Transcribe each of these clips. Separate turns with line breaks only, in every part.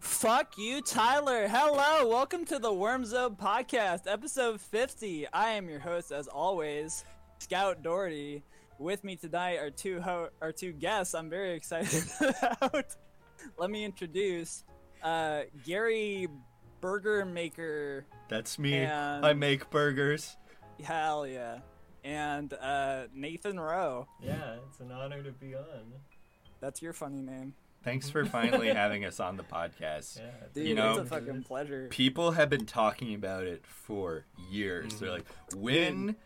Fuck you, Tyler. Hello, welcome to the Wormzone Podcast, episode 50. I am your host, as always, Scout Doherty. With me tonight are two ho- are two guests. I'm very excited about. Let me introduce uh, Gary Burger Maker.
That's me.
And-
I make burgers.
Hell yeah, and uh, Nathan Rowe.
Yeah, it's an honor to be on.
That's your funny name,
Thanks for finally having us on the podcast.
Yeah,
dude.
You know-
it's a fucking pleasure.
People have been talking about it for years. They're like, when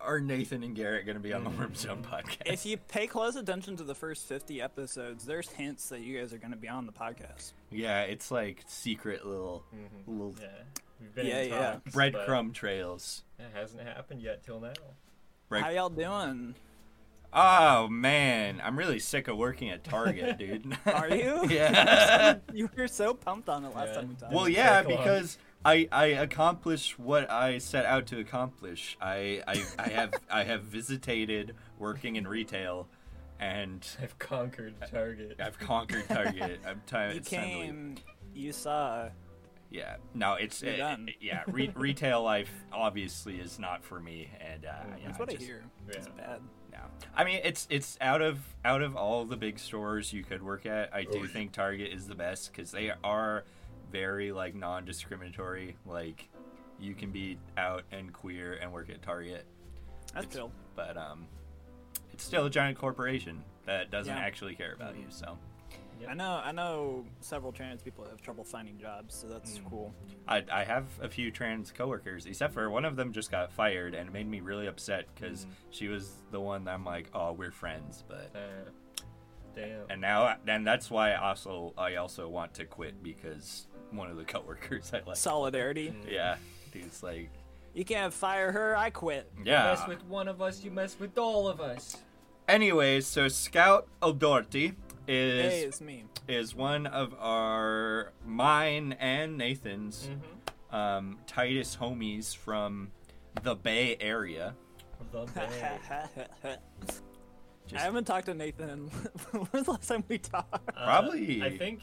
are Nathan and Garrett going to be on the Worm Zone podcast?
If you pay close attention to the first 50 episodes, there's hints that you guys are going to be on the podcast.
Yeah, it's like secret little little
yeah. We've been
Yeah,
in
yeah.
talks, but
breadcrumb trails.
It hasn't happened yet till now.
How
Bread-
y'all doing?
oh man, I'm really sick of working at Target, dude.
Are you?
yeah.
You were so pumped on it last
Yeah.
time we talked.
Well,
Didn't
yeah,
take long.
because I I accomplished what I set out to accomplish. I I, I have I have visitated working in retail, and
I've conquered Target.
I've conquered Target. I'm time.
you
it's time to leave.
came, you saw.
Yeah. No, it's
You're
it-
done.
it- yeah. Re- retail life obviously is not for me, and uh, yeah,
That's what I
just-
hear.
Yeah.
It's bad.
No. I mean, it's it's out of out of all the big stores you could work at. I do think Target is the best because they are very like non-discriminatory. Like you can be out and queer and work at Target,
That's cool.
but um, it's still a giant corporation that doesn't
Yeah.
actually care about you. So
I know. I know several trans people that have trouble finding jobs, so that's cool.
I I have a few trans coworkers, except for one of them just got fired, and it made me really upset because she was the one that I'm like, oh, we're friends, but
Uh, damn.
And now, and that's why I also I also want to quit because one of the coworkers I like. mm.
Solidarity.
yeah, dude's like,
You can't fire her. I quit.
yeah.
Mess with one of us, you mess with all of us.
Anyways, so Scout O'Doherty is
Hey, it's me.
is one of our mine and Nathan's
Mm-hmm.
um, tightest homies from the Bay Area.
The
I
Bay.
Just-
haven't talked to Nathan. in- when was the last time we talked?
Uh,
Probably-
I think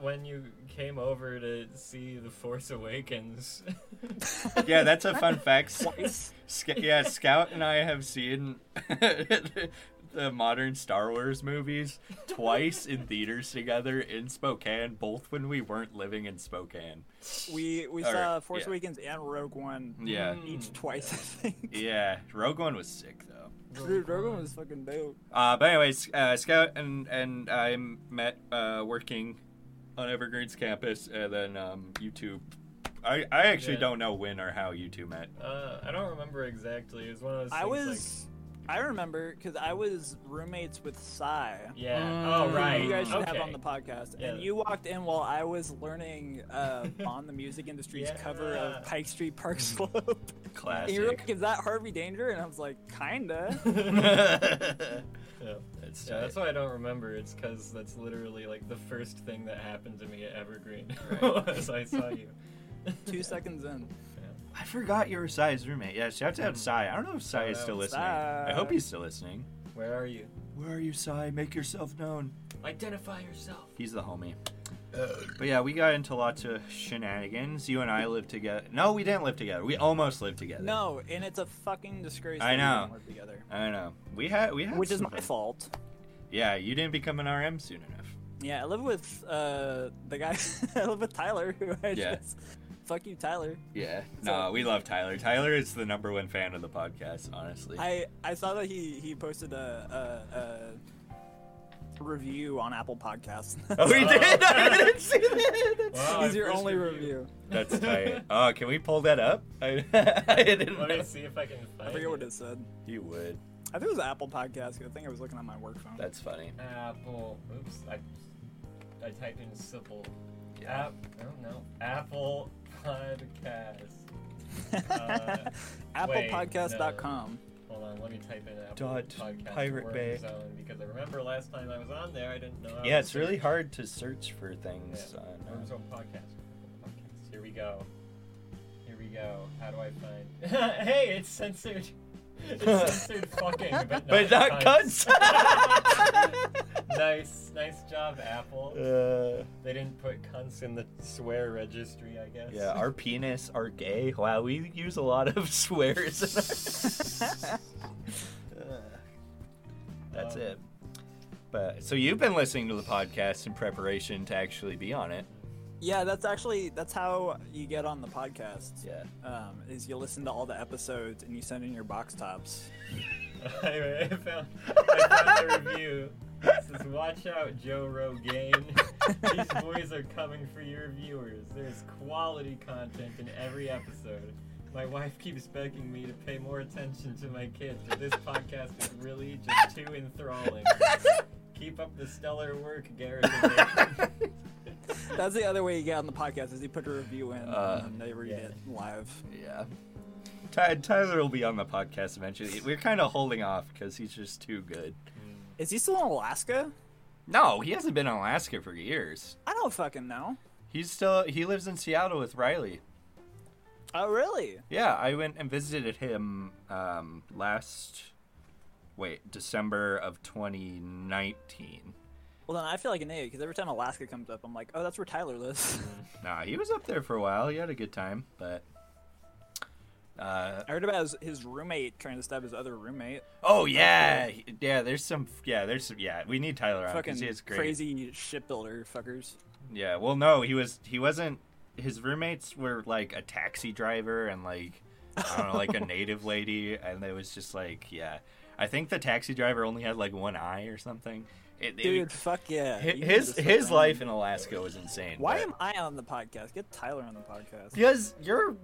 when you came over to see The Force Awakens.
yeah, that's a fun fact.
Twice.
Sc- yeah, Scout and I have seen the, modern Star Wars movies twice in theaters together in Spokane, both when we weren't living in Spokane.
We we
Or-
saw Force
yeah.
Awakens and Rogue One
Yeah.
each twice. I think.
Yeah, Rogue One was sick though.
Dude, Rogue One was fucking dope.
Uh, but anyways, uh, Scout and and I met uh, working on Evergreen's campus, and then um, you two. I, I actually
Yeah.
don't know when or how you two met.
Uh, I don't remember exactly. It was one of those
I
things
was, I remember because I was roommates with Cy.
like. Yeah.
Mm.
oh, right.
You guys should
okay.
have on the podcast.
Yeah.
And you walked in while I was learning uh, on the music industry's cover of
Yeah. Hmm.
Pike Street Park Slope. and you were
Classic.
like, "Is that Harvey Danger?" And I was like, "Kinda."
Yeah.
that's
Yeah, that's
tight.
why I don't remember. It's because that's literally like the first thing that happened to me at Evergreen
Right.
was I saw you.
Two seconds in.
I forgot you were Sai's roommate. Yeah, shout out to Sai. I don't know if Sai is
Shout
still
out
listening.
Sai.
I hope he's still listening.
Where are you?
Where are you, Sai? Make yourself known.
Identify yourself.
He's the homie. But yeah, we got into lots of shenanigans. You and I lived together. No, we didn't live together. We almost lived together.
No, and it's a fucking disgrace.
I
that we
know.
didn't work together,
I know. We had we had
which is
some
my
fun.
fault.
Yeah, you didn't become an RM soon enough.
Yeah, I live with uh, the guy. I live with Tyler, who I
Yeah.
just fuck you, Tyler.
Yeah.
So-
No, we love Tyler. Tyler is the number one fan of the podcast, honestly.
I I saw that he he posted a a, a review on Apple Podcasts.
Oh, we did. I didn't see that.
Wow,
He's
I
your
first
only
review.
review.
That's tight. Oh, can we pull that up? I, I didn't.
Let me
know.
see if I can find.
I forget what it said.
You would.
I think it was Apple Podcasts. 'cause I think I was looking on my work phone.
That's funny.
Apple. Oops. I I typed in Sipple.
Yeah.
App. Oh no. Apple podcast. uh, wait,
ApplePodcast.com.
Hold on. Let me type in Apple
Dot
podcast
Pirate
Worm
Bay.
Zone, because I remember last time I was on there, I didn't know. how
Yeah,
to
it's really
search.
hard to search for things. uh,
Yeah.
On,
Worm Zone podcast. podcast. Here we go. Here we go. How do I find? hey, it's censored. It's censored fucking, but not,
but not cuts.
nice, nice job, Apple.
Uh,
They didn't put cunts in the swear registry, I guess.
yeah, our penis are gay. Wow, we use a lot of swears. in our- That's
Um,
it. But so you've been listening to the podcast in preparation to actually be on it.
Yeah, that's actually that's how you get on the podcast.
Yeah.
Um, is you listen to all the episodes and you send in your box tops.
I, I found, I found the review. It says, "Watch out, Joe Rogan. These boys are coming for your viewers. There's quality content in every episode. My wife keeps begging me to pay more attention to my kids, but this podcast is really just too enthralling. Keep up the stellar work, Garrett. and Nathan."
That's the other way you get on the podcast is you put a review in
Uh,
and they read
yeah.
it live.
Yeah. Ty- Tyler will be on the podcast eventually. We're kind of holding off because he's just too good.
Is he still in Alaska?
No, he hasn't been in Alaska for years.
I don't fucking know.
He's still he lives in Seattle with Riley.
Oh really?
Yeah, I went and visited him um, last wait December of 2019.
Well then I feel like an idiot because every time Alaska comes up, I'm like, oh, that's where Tyler lives.
Mm. Nah, he was up there for a while. He had a good time, but uh,
I heard about his, his roommate trying to stab his other roommate.
oh yeah, he- yeah. There's some yeah. There's some yeah. We need Tyler on
fucking
because Uh, he is great.
crazy shipbuilder fuckers.
Yeah, well, no, he was he wasn't. His roommates were like a taxi driver and like I don't know, like a native lady, and it was just like yeah. I think the taxi driver only had like one eye or something. It, it-
Dude, fuck yeah.
hi-
You can
his
just look
his
around.
life in Alaska was insane.
Why
but-
am I on the podcast? Get Tyler on the podcast.
Because you're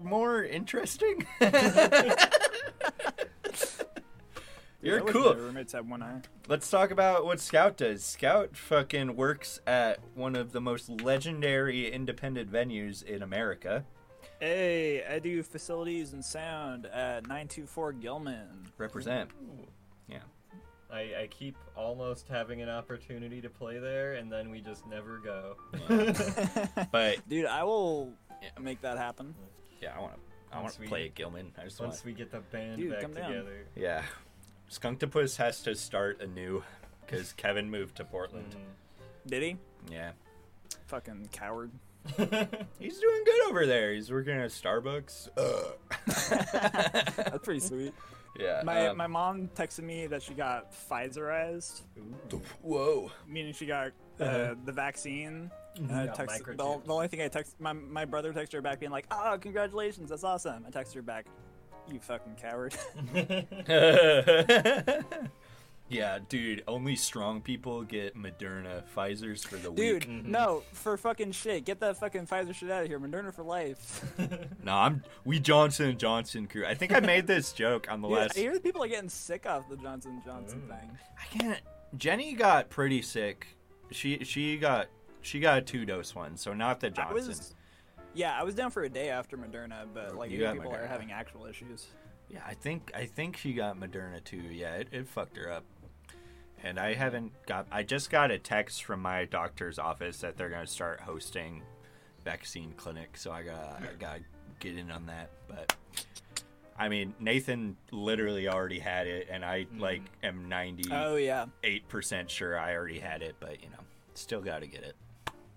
more interesting.
I
you're
wish
cool.
My roommates had one eye.
Let's talk about what Scout does. Scout fucking works at one of the most legendary independent venues in America.
Hey, I do facilities and sound at 924 Gilman.
Represent. Yeah.
I, I keep almost having an opportunity to play there, and then we just never go.
But
Dude, I will
Yeah.
make that happen.
yeah, I want to. I want
Once
to
we-
play at Gilman. I just want.
Once we get the band
Dude,
back
come down.
together.
Yeah. Skunktopus has to start anew because Kevin moved to Portland.
Did he?
Yeah.
Fucking coward.
Mm.
He's doing good over there. He's working at Starbucks.
That's pretty sweet.
yeah.
My
um,
my mom texted me that she got Pfizerized,
Whoa.
meaning she got uh,
Uh-huh.
the vaccine. And I
Got
text, the,
microchipped.
the only thing I text my my brother texted her back being like, "Oh, congratulations, that's awesome." I texted her back, "You fucking coward."
yeah, dude. Only strong people get Moderna. Pfizer's for the
Dude,
weak.
no, for fucking shit, get that fucking Pfizer shit out of here. Moderna for life.
No, I'm we Johnson and Johnson crew. I think I made this joke on the
Dude,
last.
I hear people are getting sick off the Johnson Johnson
Mm.
thing.
I can't. Jenny got pretty sick. She she got she got a two dose one, so not the
I
Johnson.
was, yeah, I was down for a day after Moderna, but like
You
you
got
people are
Moderna.
having actual issues.
Yeah, I think I think she got Moderna too. Yeah, it, it fucked her up. And I haven't got. I just got a text from my doctor's office that they're gonna start hosting vaccine clinics, so I got I got to get in on that. But I mean, Nathan literally already had it, and I
Mm-hmm.
like am ninety
Oh yeah,
eight percent sure I already had it, but you know, still got to get it.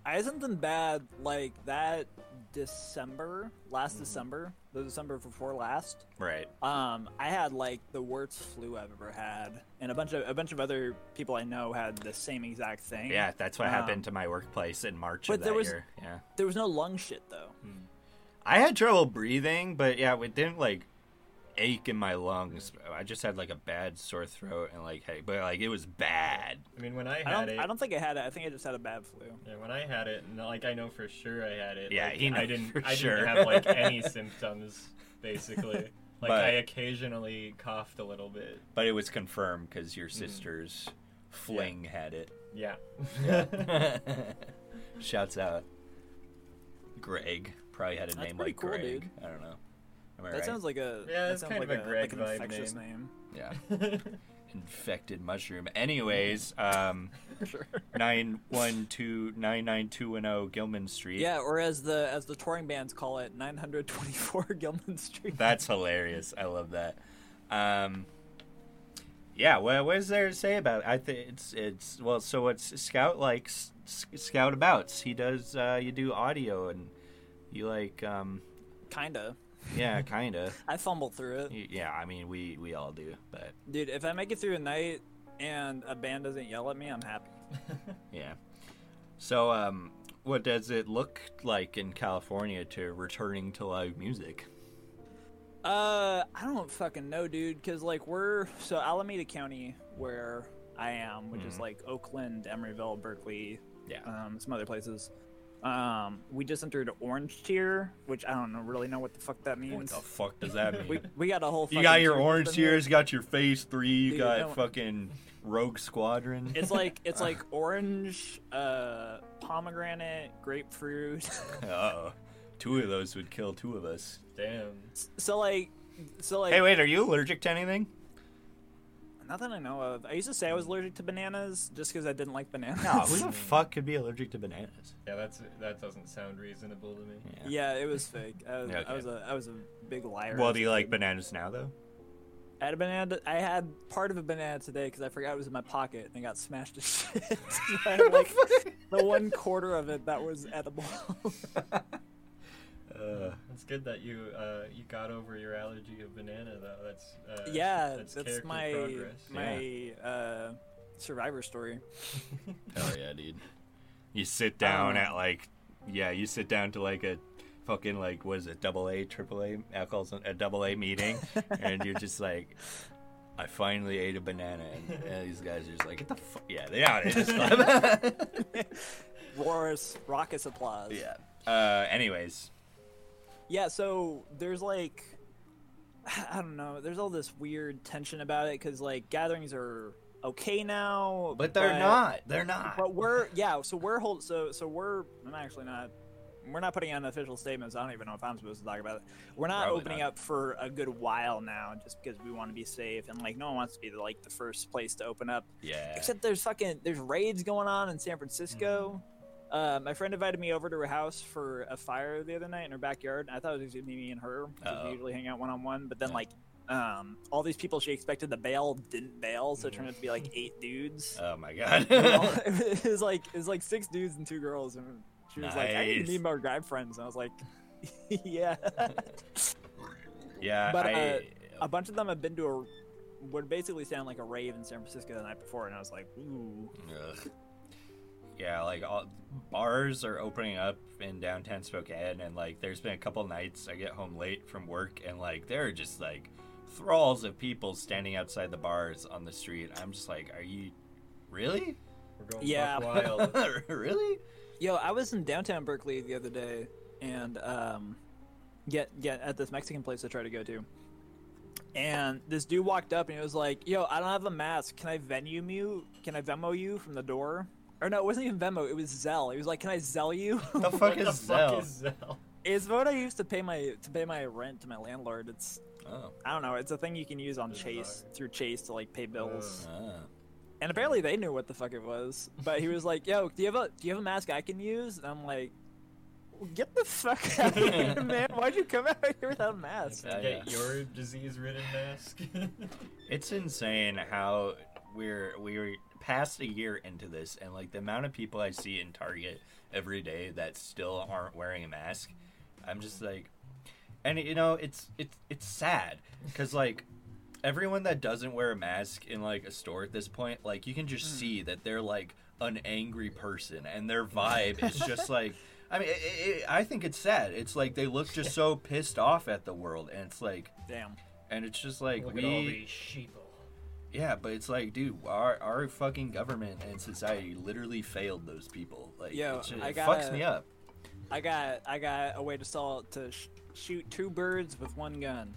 I had something bad like that December, last
Mm-hmm.
December, the December before last.
Right.
Um, I had like the worst flu I've ever had, and a bunch of a bunch of other people I know had the same exact thing.
Yeah, that's what
Um,
happened to my workplace in March
but
of that
there was-
year. Yeah,
There was no lung shit though.
I had trouble breathing, but yeah, it didn't like ache in my lungs. I just had like a bad sore throat and like, hey, but like it was bad.
I mean, when I
I
had
don't.
it,
I don't think I had it. I think I just had a bad flu.
yeah, when I had it, and like I know for sure I had it.
Yeah,
like,
he
I
knows
didn't.
for
I
sure.
didn't have like any symptoms, basically. Like
But-
I occasionally coughed a little bit.
But it was confirmed because
Mm.
your sister's fling had
Yeah.
it. Shouts out, Greg. Probably had a
That's
name
pretty
like
cool,
Greg.
dude.
I don't know. Am I
That
right?
sounds like a
Yeah,
that
it's
sounds
kind of
like
a Greg
like
vibe
an infectious name.
yeah. Infected mushroom. Anyways, um,
Sure.
nine one two nine nine two one zero Gilman Street.
Yeah, or as the as the touring bands call it, 924 Gilman Street.
That's hilarious. I love that. Um, yeah, well, what is there to say about? It? I think it's it's well. So what's Scout likes S- Scout abouts? He does. Uh, you do audio and you like. Um,
Kinda.
yeah, kind of.
I fumbled through it.
Yeah, I mean we we all do, but
Dude, if I make it through a night and a band doesn't yell at me, I'm happy.
yeah. So um, what does it look like in California to returning to live music?
Uh, I don't fucking know, dude. Cause like we're so Alameda County, where I am, which
Mm-hmm.
is like Oakland, Emeryville, Berkeley,
Yeah.
um, some other places. Um, we just entered Orange Tier, which I don't know, really know what the fuck that
What
means.
the fuck does that mean?
we we got a whole.
You got
fucking
your
tier
orange
system here.
tears, got your phase three, you
Dude,
got
no-
fucking Rogue Squadron.
It's like it's like orange, uh, pomegranate, grapefruit.
oh. Two of those would kill two of us.
Damn.
so like, so like.
Hey, wait, are you allergic to anything?
Not that I know of. I used to say I was allergic to bananas just because I didn't like bananas.
who the fuck could be allergic to bananas?
Yeah, that's that doesn't sound reasonable to me.
Yeah, it was fake. I was,
Okay.
I was a I was a big liar.
Well, do you like bananas now, though?
I had a banana. I had part of a banana today because I forgot it was in my pocket and it got smashed to shit. So I had, like, the one quarter of it that was edible.
Uh,
It's good that you uh, you got over your allergy of banana though. That's uh,
yeah,
that's,
that's,
character
my
progress.
my uh, survivor story.
hell yeah, dude. You sit down
Um,
at like, yeah, you sit down to like a fucking like what is it, double A, triple A, alcohol's a double A meeting, and you're just like. I finally ate a banana, and, and these guys are just like, "Get the fuck!" Yeah, they out. They just
Roars, raucous applause.
Yeah. Uh, anyways,
Yeah, so there's like I don't know, there's all this weird tension about it cuz like gatherings are okay now,
but they're not. They're not.
But we're yeah, so we're hold so so we're I'm actually not we're not putting out an official statement. So I don't even know if I'm supposed to talk about it. We're not
Probably
opening
not.
up for a good while now, just because we want to be safe and like no one wants to be like the first place to open up.
yeah.
Except there's fucking there's raids going on in San Francisco.
Mm-hmm.
Uh, my friend invited me over to her house for a fire the other night in her backyard. And I thought it was gonna be me and her because
Uh-oh.
we usually hang out one on one. But then
Oh. Yeah.
like um, all these people she expected to bail didn't bail, so it turned out to be like eight dudes.
oh my god.
it was like it was like six dudes and two girls, and she was like, "I need
Nice.
to meet more guy friends." And I was like, "Yeah."
yeah.
But, uh,
I,
a bunch of them had been to a would basically sound like a rave in San Francisco the night before, and I was like, "Ooh."
ugh. Yeah, like all, bars are opening up in downtown Spokane, and like there's been a couple nights I get home late from work, and like there are just like thralls of people standing outside the bars on the street. I'm just like, are you really?
We're going
Yeah.
buck wild.
really?
Yo, I was in downtown Berkeley the other day, and um, get get at this Mexican place I try to go to, and this dude walked up and he was like, "Yo, I don't have a mask. Can I venue you? Can I Venmo you from the door?" Or no, it wasn't even Venmo. It was Zelle. He was like, "Can I Zelle you?"
The
what
fuck
the
is
fuck
Zell?
is Zell?
It's what I used to pay my to pay my rent to my landlord. It's
Oh,
I don't know. It's a thing you can use on
Bizarre.
Chase through Chase to like pay bills.
ah.
And apparently they knew what the fuck it was. But he was like, "Yo, do you have a do you have a mask I can use?" And I'm like, well, "Get the fuck out of here, man! Why'd you come out here without a mask?"
Yeah.
Get your disease-ridden mask.
It's insane how we're we're past a year into this, and like the amount of people I see in Target every day that still aren't wearing a mask. I'm just like, and you know, it's it's it's sad because like everyone that doesn't wear a mask in like a store at this point, like you can just
Mm.
see that they're like an angry person, and their vibe is just like. I mean, it, it, I think it's sad. It's like they look just so pissed off at the world, and it's like,
Damn.
and it's just like
Look
we
at all these sheeple.
yeah, but it's like, dude, our our fucking government and society literally failed those people. Like,
Yo,
it, just,
I
it fucks
gotta-
me up.
I got I got a way to solve to sh- shoot two birds with one gun.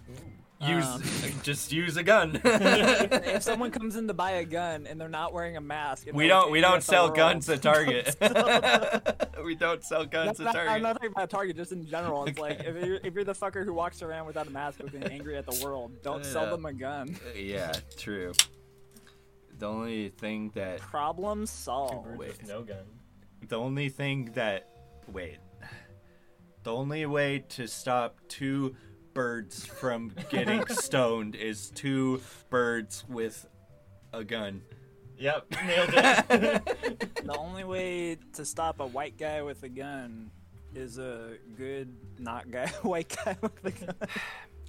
Use
Um.
just use a gun.
if someone comes in to buy a gun and they're not wearing a mask, it
we
will
don't we
take me
don't
at the
sell
world.
guns at Target. we don't sell guns
That's
at
not, I'm
Target.
not talking about Target, just in general. It's like
Okay.
if you're, if you're the fucker who walks around without a mask looking angry at the world, don't sell
Yeah.
them a gun.
Yeah, true. The only thing that
Problem
Two
solved.
birds
wait.
with no gun.
the only thing that wait, the only way to stop two birds from getting stoned is two birds with a gun.
Yep, nailed it.
The only way to stop a white guy with a gun is a good not guy white guy with a gun.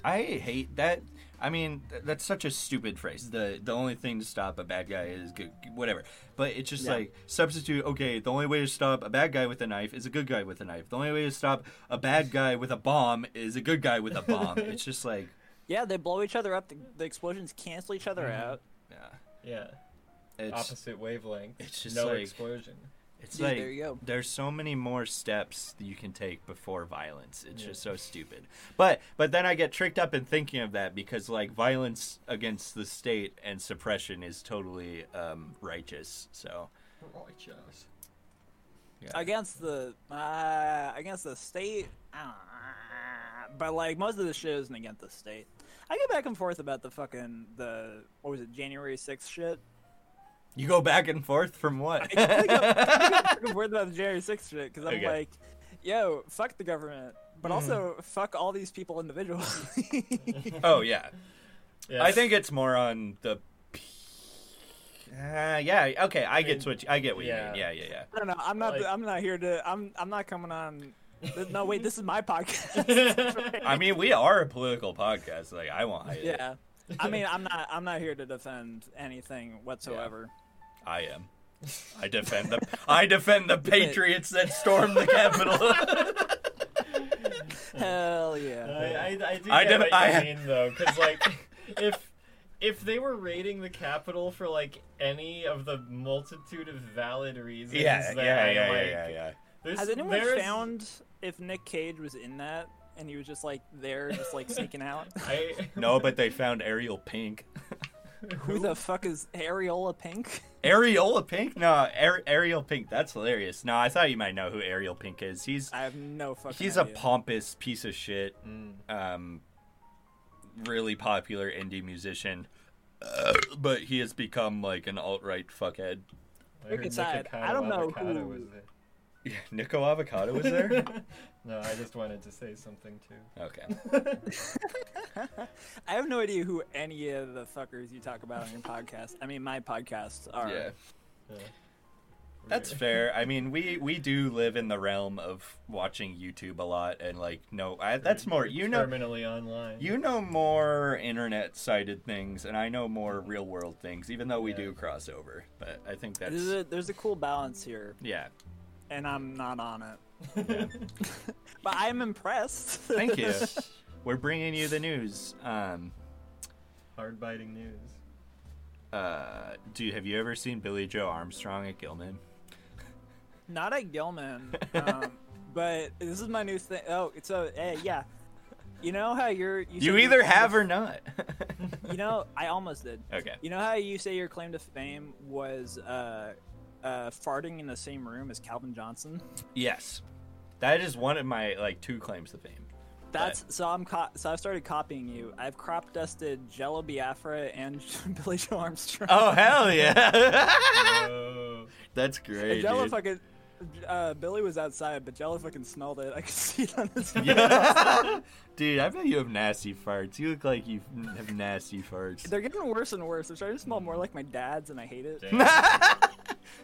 I hate that. I mean, th- that's such a stupid phrase. The the only thing to stop a bad guy is good, whatever. But it's just
Yeah.
like substitute. Okay, the only way to stop a bad guy with a knife is a good guy with a knife. The only way to stop a bad guy with a bomb is a good guy with a bomb. it's just like,
Yeah, they blow each other up. The, the explosions cancel each other
Mm-hmm.
out.
yeah,
yeah,
it's
opposite wavelength.
it's just
no
like-
explosion.
it's
Dude,
like
there you go.
there's so many more steps that you can take before violence. It's
Yeah.
just so stupid. But but then I get tricked up in thinking of that because like violence against the state and suppression is totally um, righteous. So
Righteous.
yeah.
Against the uh, against the state, uh, but like most of the shit isn't against the state. I go back and forth about the fucking the what was it January 6th shit.
you go back and forth from what?
I think I'm- I think I'm fucking worried about the January 6th shit because I'm
Okay.
like, yo, fuck the government, but also fuck all these people individually.
oh yeah,
Yeah.
I think it's more on the. Uh, yeah. Okay, I get what you, I get what
Yeah.
you mean. Yeah, yeah, yeah.
I don't know. I'm not.
Like-
I'm not here to. I'm. I'm not coming on. th- No, wait. This is my podcast.
I
I mean, we are a political podcast. Like, I won't hide it.
yeah. I mean, I'm not. I'm not here to defend anything whatsoever.
I am. I defend the I defend the patriots that stormed the Capitol.
Hell yeah.
I, I do
I
get
def-
what you
I-
mean though, because like, if if they were raiding the Capitol for like any of the multitude of valid reasons,
yeah, yeah,
that,
yeah, yeah,
like,
yeah, yeah.
There's,
Has anyone
there's-
found if Nick Cage was in that and he was just like there, just like sneaking out?
I,
No, but they found Ariel Pink.
Who the fuck is Ariola Pink?
Ariola Pink? No, Ar- Ariel Pink. That's hilarious. No, I thought you might know who Ariel Pink is. He's
I have no fucking.
he's a
idea.
pompous piece of shit.
Mm.
Um, really popular indie musician, Uh, but he has become like an alt right fuckhead.
I heard
Look inside. I
Nikocado
don't know
Avocado
who-
was there.
Nico Avocado was there.
no, I just wanted to say something too.
okay.
I have no idea who any of the fuckers you talk about on your podcast. I mean, my podcasts are.
Yeah.
Yeah.
That's
Weird.
fair. I mean, we we do live in the realm of watching YouTube a lot, and like, no, I, that's more. You know,
terminally online.
you know more internet-sided things, and I know more real-world things. Even though we
Yeah.
do cross over, but I think that's
There's a, there's a cool balance here,
yeah.
and I'm not on it.
yeah.
But I'm impressed.
Thank you. We're bringing you the news. Um,
Hard biting news.
uh, dude, have you ever seen Billy Joe Armstrong at Gilman?
Not at Gilman, um, but this is my new thing. Oh, it's a eh, yeah. You know how you're. You, said
You
your
either
claim to-
have or not.
You know, I almost did.
okay.
You know how you say your claim to fame was uh, uh, farting in the same room as Calvin Johnson.
Yes, that is one of my like two claims to fame.
That's so I'm co- so I've started copying you. I've crop dusted Jello Biafra and Billy Joe Armstrong.
Oh hell yeah!
Oh,
That's
And
great.
Jello
dude.
fucking. Uh, Billy was outside, but Jello fucking smelled it. I could see it on his face.
Yeah. dude, I bet you have nasty farts. You look like you have nasty farts.
They're getting worse and worse. They're starting to smell more like my dad's, and I hate it.
damn.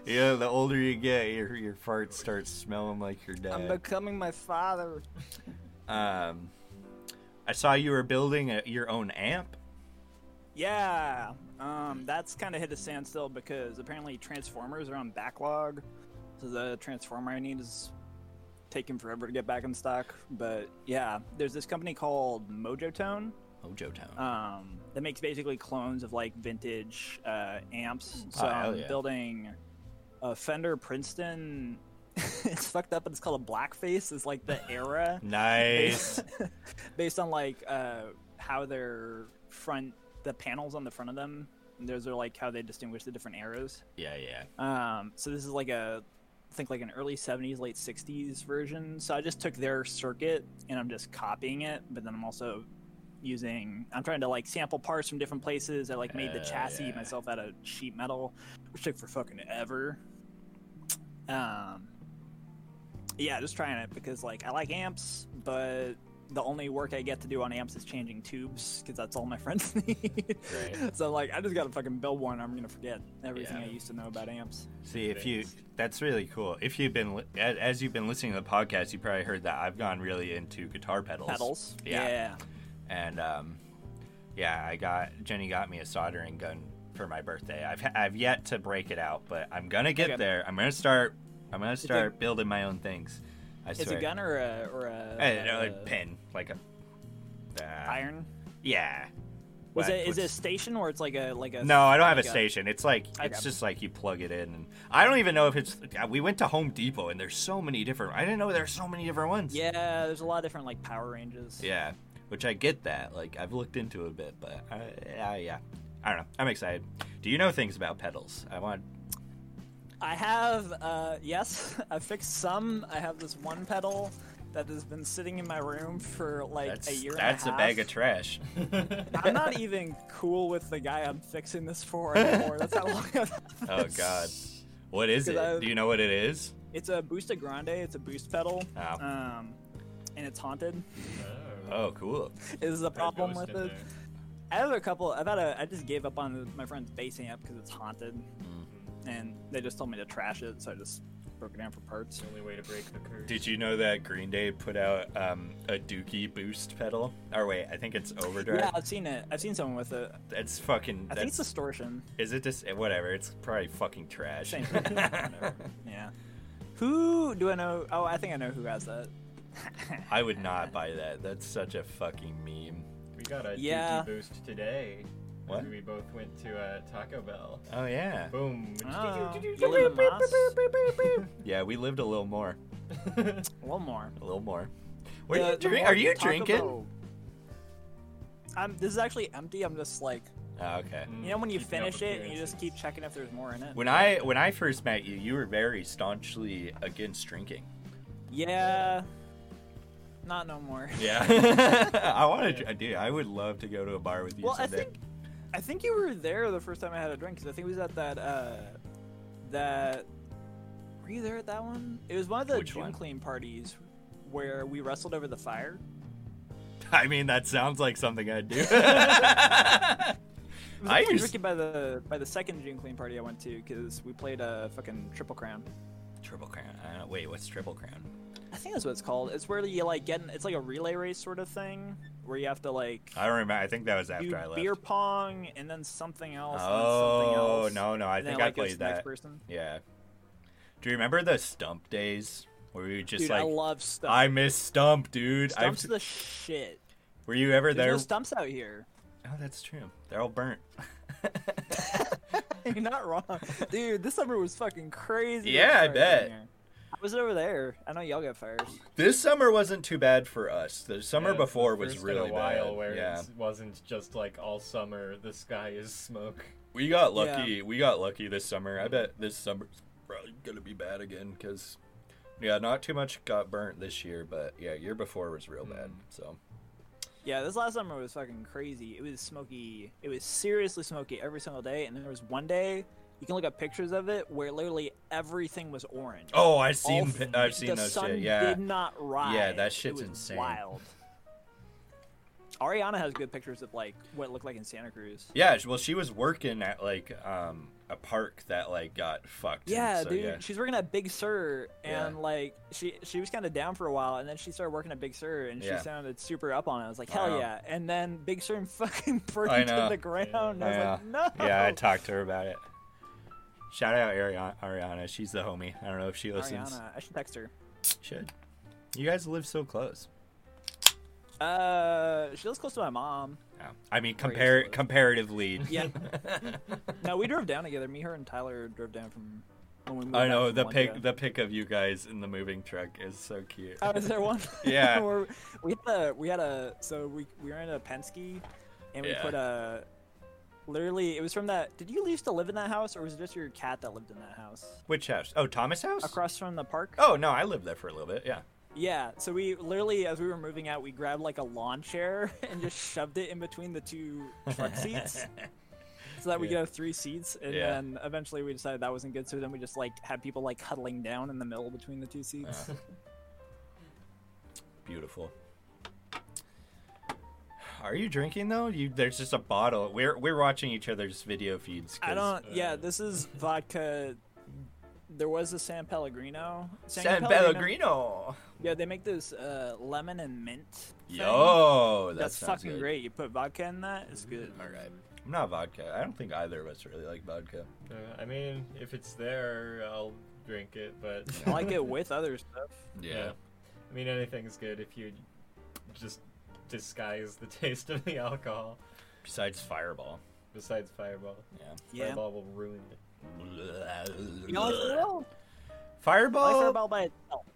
yeah, the older you get, your your farts start smelling like your
I'm
dad.
becoming my father.
um, I saw you were building a, your own amp.
Yeah, um, that's kind of hit a standstill because apparently Transformers are on backlog, so the Transformer I need is taking forever to get back in stock. But yeah, there's this company called Mojotone
Mojo Town.
um, that makes basically clones of like vintage uh, amps. So
Oh, hell
I'm
yeah.
building a Fender Princeton. it's fucked up, and it's called a blackface. It's like the era.
nice.
based on like uh, how their front the panels on the front of them those are like how they distinguish the different eras
yeah, yeah.
um, so this is like a i think like an early 70s late 60s version so i just took their circuit and i'm just copying it but then i'm also using i'm trying to like sample parts from different places i like made the
Hell
chassis
yeah.
myself out of sheet metal which took for fucking ever um yeah just trying it because like i like amps but the only work I get to do on amps is changing tubes because that's all my friends need.
Right.
so I'm like, I just got a fucking build one. I'm gonna forget everything
Yeah.
I used to know about amps.
See if you.
Thanks.
That's really cool. If you've been li- a- as you've been listening to the podcast, you probably heard that I've gone really into guitar pedals.
Pedals.
Yeah.
yeah.
And um, yeah, I got Jenny got me a soldering gun for my birthday. I've I've yet to break it out, but I'm gonna get
Okay.
there. I'm gonna start. I'm gonna
a-
start building my own things. I
It's
swear.
a gun or a or a,
I don't know,
uh,
a pin, like a uh,
iron.
Yeah.
Was
What-
it is it a
what's-
station or it's like a like a
No, I don't have a
like
station. It's like
Okay.
it's just like you plug it in, and I don't even know if it's. We went to Home Depot, and there's so many different. I didn't know there are so many different ones.
Yeah, there's a lot of different like power ranges.
Yeah, which I get that. Like I've looked into it a bit, but I, I, yeah, I don't know. I'm excited. Do you know things about pedals? I want.
I have, uh, yes, I fixed some. I have this one pedal that has been sitting in my room for like
That's
a year.
that's a,
and a, half.
bag of trash.
I'm not even cool with the guy I'm fixing this for anymore. That's how long. I've
Oh God, what is it?
'Cause I-
Do you know what it is?
It's a Boosta Grande. It's a boost pedal.
Oh.
Um, and it's haunted.
Oh.
Oh, cool.
Is the problem
Ghost
with
in
it?
there.
I have a couple. I've had a. I just gave up on my friend's bass amp because it's haunted,
Mm.
and they just told me to trash it. So I just broke it down for parts.
It's the only way to break the curse.
Did you know that Green Day put out um, a Dookie Boost pedal? Or wait, I think it's Overdrive.
Yeah, I've seen it. I've seen someone with it.
That's fucking.
I
That's,
think it's distortion.
Is it just whatever? It's probably fucking trash.
Same thing. Whatever. yeah. Who do I know? Oh, I think I know who has that.
I would not buy that. That's such a fucking meme.
We got a
Yeah.
yeah. boost today.
What?
We both went to uh, Taco Bell.
Oh yeah.
Boom.
Oh, you live in Moss?
Yeah, we lived a little more.
One more.
A little more. What are
The-
you
the
drink?
more
Are you
Uh, talk
drinking?
about- I'm, this is actually empty. I'm just like,
Oh, okay.
you know, when you
Keeping up
finish it and you
appearances.
just keep checking if there's more in it.
When I when I first met you, you were very staunchly against drinking.
Yeah. Not no more.
Yeah. I want to. Dude, I would love to go to a bar with you
Well, I
someday.
think, I think you were there the first time I had a drink because I think it was at that, uh, that. Were you there at that one? It was one of the
Which
June
one?
clean parties where we wrestled over the fire.
I mean, that sounds like something I'd do.
It
I
was I
used-
drinking by the by the second June clean party I went to because we played a fucking triple crown.
Triple Crown. I don't know. Wait, what's Triple Crown?
I think that's what it's called. It's where you like get in, it's like a relay race sort of thing where you have to like
I don't remember. I think that was Oh, after
do
I left.
beer pong and then something else. and then something
oh
else,
no, no. I
and then,
think I
like, goes to
played
the next
that.
person.
Yeah. Do you remember the stump days where we would just
Dude, I
like
love stumps.
I miss Stump, dude. I've-
stumps the shit.
were you ever
There's
there?
no stumps out here.
oh, that's true. They're all burnt.
You're not wrong, dude. This summer was fucking crazy.
Yeah,
when
I
started
bet.
down here. I was over there. I know y'all got fires.
This summer wasn't too bad for us. The summer
Yeah, it's the
before was
first
really
in a while
bad.
where
yeah,
it wasn't just like all summer the sky is smoke.
we got lucky. We got lucky this summer. I bet this summer's probably gonna be bad again because. Yeah, not too much got burnt this year, but yeah, year before was real bad.
Hmm.
So
Yeah, this last summer was fucking crazy. It was smoky. It was seriously smoky every single day. And there was one day you can look up pictures of it where literally everything was orange.
oh, I've
All
seen pi-
th-
I've seen
the
those
sun
shit. Yeah,
did not rise.
that
It
shit's
was
insane.
Wild. Ariana has good pictures of like what it looked like in Santa Cruz.
yeah. sh- Well, she was working at like um a park that like got fucked. and
Yeah,
so,
dude.
yeah.
She's working at Big Sur, and
Yeah.
like she she was kind of down for a while, and then she started working at Big Sur, and
Yeah.
she sounded super up on it. I was like,
I
hell
know.
yeah! And then Big Sur fucking
I
burned to
know.
the ground. I was
yeah.
like, no.
Yeah, I talked to her about it. Shout out Ariana. Ariana. She's the homie. I don't know if she listens.
Ariana, I should text her.
Should. You guys live so close.
Uh, she lives close to my mom.
Yeah. I mean,
Very
compare
close.
comparatively.
Yeah. no, we drove down together. Me, her, and Tyler drove down from when we moved.
I know
back
the
from
pic.
Olympia.
The pic of you guys in the moving truck is so cute.
Oh, is there one?
Yeah.
Where we had a we had a so we we were in a Penske, and we
Yeah.
put a. Literally, it was from that. Did you used to live in that house, or was it just your cat that lived in that house
Which house? Oh, Thomas house.
across from the park?
Oh no, I lived there for a little bit. Yeah.
Yeah. So we literally, as we were moving out, we grabbed like a lawn chair and just shoved it in between the two truck seats. So that we could
Yeah.
have three seats, and
Yeah.
then eventually we decided that wasn't good. So then we just like had people like huddling
Uh-huh.
down in the middle between the two seats.
Beautiful. Are you drinking though? You there's just a bottle. We're we're watching each other's video feeds. 'cause
I don't. yeah,
um,
uh,
this is vodka. There was a San Pellegrino.
San Pellegrino.
Yeah, they make this uh, lemon and mint. thing.
Yo, that
that's
sounds
fucking
good. Mm-hmm,
great. You put vodka in that, it's good.
All right. I'm not vodka. I don't think either of us really like vodka.
Uh, I mean, if it's there, I'll drink it. But
I like it with other stuff.
Yeah. I mean, anything's good if you just disguise the taste of the alcohol.
Besides Fireball.
Besides Fireball,
Yeah.
Yeah.
Fireball will ruin it.
You know, it's real. Like
Fireball.
Fireball by itself.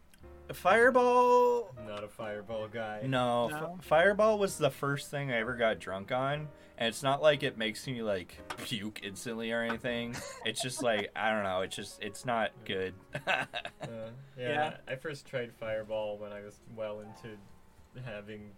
Fireball.
I'm not a Fireball guy.
No, f-
No?
Fireball was the first thing I ever got drunk on, and it's not like it makes me like puke instantly or anything. It's just like I don't know. It's just it's not good.
Uh, yeah,
Yeah.
I first tried Fireball when I was well into having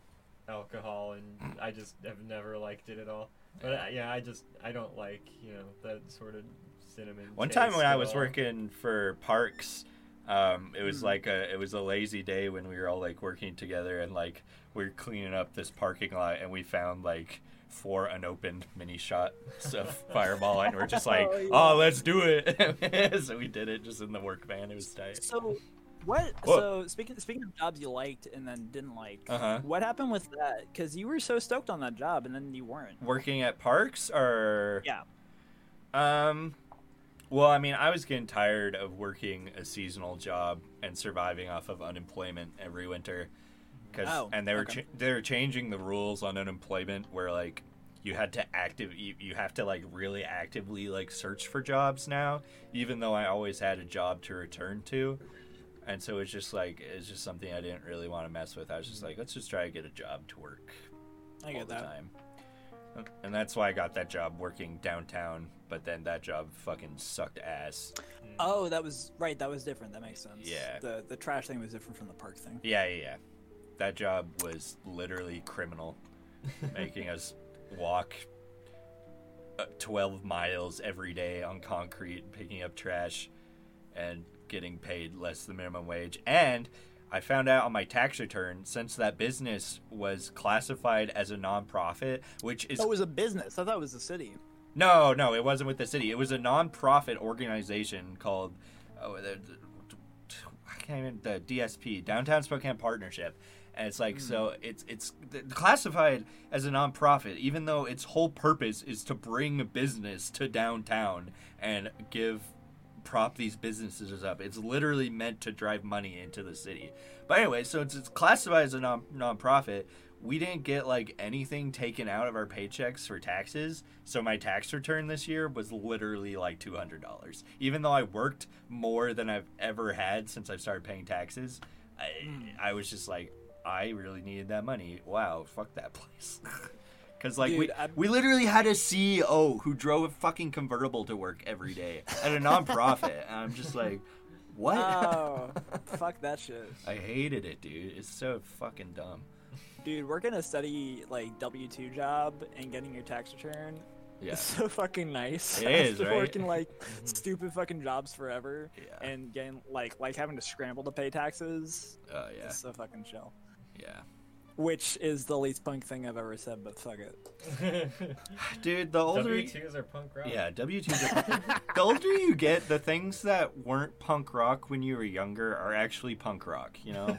alcohol, and I just have never liked it at all. But I, yeah, I just I don't like you know that sort of cinnamon.
One time
taste
when
at
I was
all.
working for Parks, um, it was
Hmm.
like a it was a lazy day when we were all like working together and like we are cleaning up this parking lot and we found like four unopened mini shots of Fireball and we're just like,
Oh, yeah.
oh, let's do it. so we did it just in the work van. It was tight.
So, what?
Whoa.
So speaking speaking of jobs you liked and then didn't like,
Uh-huh.
what happened with that? Because you were so stoked on that job and then you weren't.
Working at Parks or
Yeah.
Um, well, I mean, I was getting tired of working a seasonal job and surviving off of unemployment every winter. 'Cause-
Oh,
and they were
okay.
cha- they were changing the rules on unemployment where like you had to active you, you have to like really actively like search for jobs now even though i always had a job to return to and so it's just like it's just something i didn't really want to mess with i was just like let's just try to get a job to work
I
all
get
the
that.
time. And that's why I got that job working downtown, but then that job fucking sucked ass.
Oh, that was right. That was different. That makes sense.
Yeah.
The the trash thing was different from the park thing.
Yeah, yeah, yeah. That job was literally criminal, making us walk uh, 12 miles every day on concrete, picking up trash, and getting paid less than minimum wage. And I found out on my tax return, since that business was classified as a nonprofit, which is
That was a business. I thought it was a city.
No, no, it wasn't with the city. It was a non-profit organization called, oh, the, the- I can't even the DSP Downtown Spokane Partnership, and it's like so it's it's classified as a non-profit, even though its whole purpose is to bring business to downtown and give prop these businesses up. It's literally meant to drive money into the city. But anyway, so it's, it's classified as a non nonprofit. We didn't get like anything taken out of our paychecks for taxes, so my tax return this year was literally like two hundred dollars. Even though I worked more than I've ever had since I've started paying taxes, I,
Hmm.
I was just like, I really needed that money. Wow, fuck that place. Because like we
Dude, I'm-
we literally had a CEO who drove a fucking convertible to work every day at a nonprofit, and I'm just like, what?
Oh, fuck that shit,
I hated it, dude. It's so fucking dumb.
dude. Working a study like W two job and getting your tax return
Yeah.
It's so fucking nice.
It is,
After
right? Mm-hmm.
Working like stupid fucking jobs forever
Yeah.
and getting like like having to scramble to pay taxes.
Oh yeah.
It's so fucking chill.
Yeah.
Which is the least punk thing I've ever said, but fuck it.
Dude, the older
W
you
twos are punk rock.
yeah, W two. the older you get, the things that weren't punk rock when you were younger are actually punk rock. You know?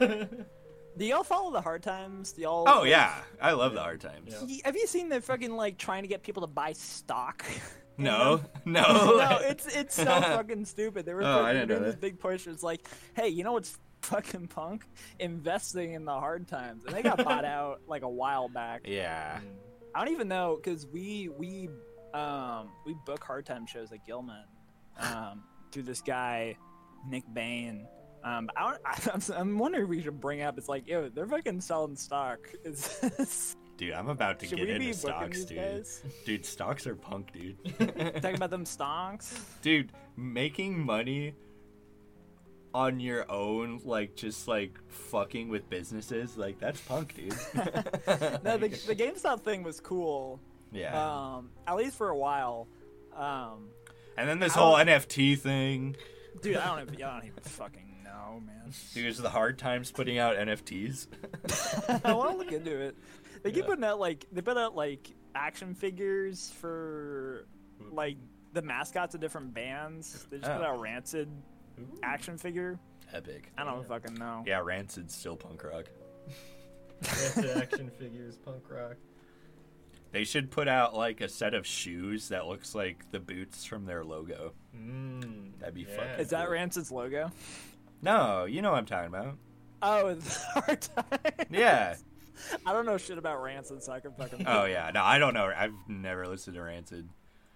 Do y'all follow the hard times? Do y'all
oh yeah, I love the hard times.
Yeah.
Y- Have you seen the fucking like trying to get people to buy stock?
No, no.
no, Oh, it's it's so fucking stupid. They were
Oh,
fucking
I didn't know
doing this
that.
big push. It's like, hey, you know what's fucking punk? Investing in the hard times, and they got bought out like a while back.
yeah.
Mm.
I don't even know because we we um we book hard time shows at Gilman um through this guy Nick Bain. Um, I don't, I, I'm, I'm wondering if we should bring up. It's like, yo, they're fucking selling stock. Is
Dude, I'm about to
should
get
we be
into
booking
stocks,
these
dude.
guys?
Dude, stocks are punk, dude.
Talking about them stonks.
dude, making money on your own, like just like fucking with businesses, like that's punk, dude.
No, the, the GameStop thing was cool.
yeah.
Um, at least for a while. Um,
and then this
I
whole
don't-
NFT thing.
dude, I don't even, I don't even fucking know. No, man.
Here's the hard times putting out NFTs.
I want to look into it. They keep
Yeah.
putting out like they put out like action figures for like the mascots of different bands. They just put
Oh.
out rancid
Ooh.
action figure.
Epic.
I don't
Yeah.
fucking know.
Yeah, Rancid's still punk rock.
That's action figures, punk rock.
They should put out like a set of shoes that looks like the boots from their logo.
Mm,
That'd be
yeah.
fucking-
Is that Rancid's logo?
No, you know what I'm talking about.
Oh, it's hard time.
Yeah.
I don't know shit about Rancid, so I can fucking.
Oh yeah. No, I don't know. I've never listened to Rancid.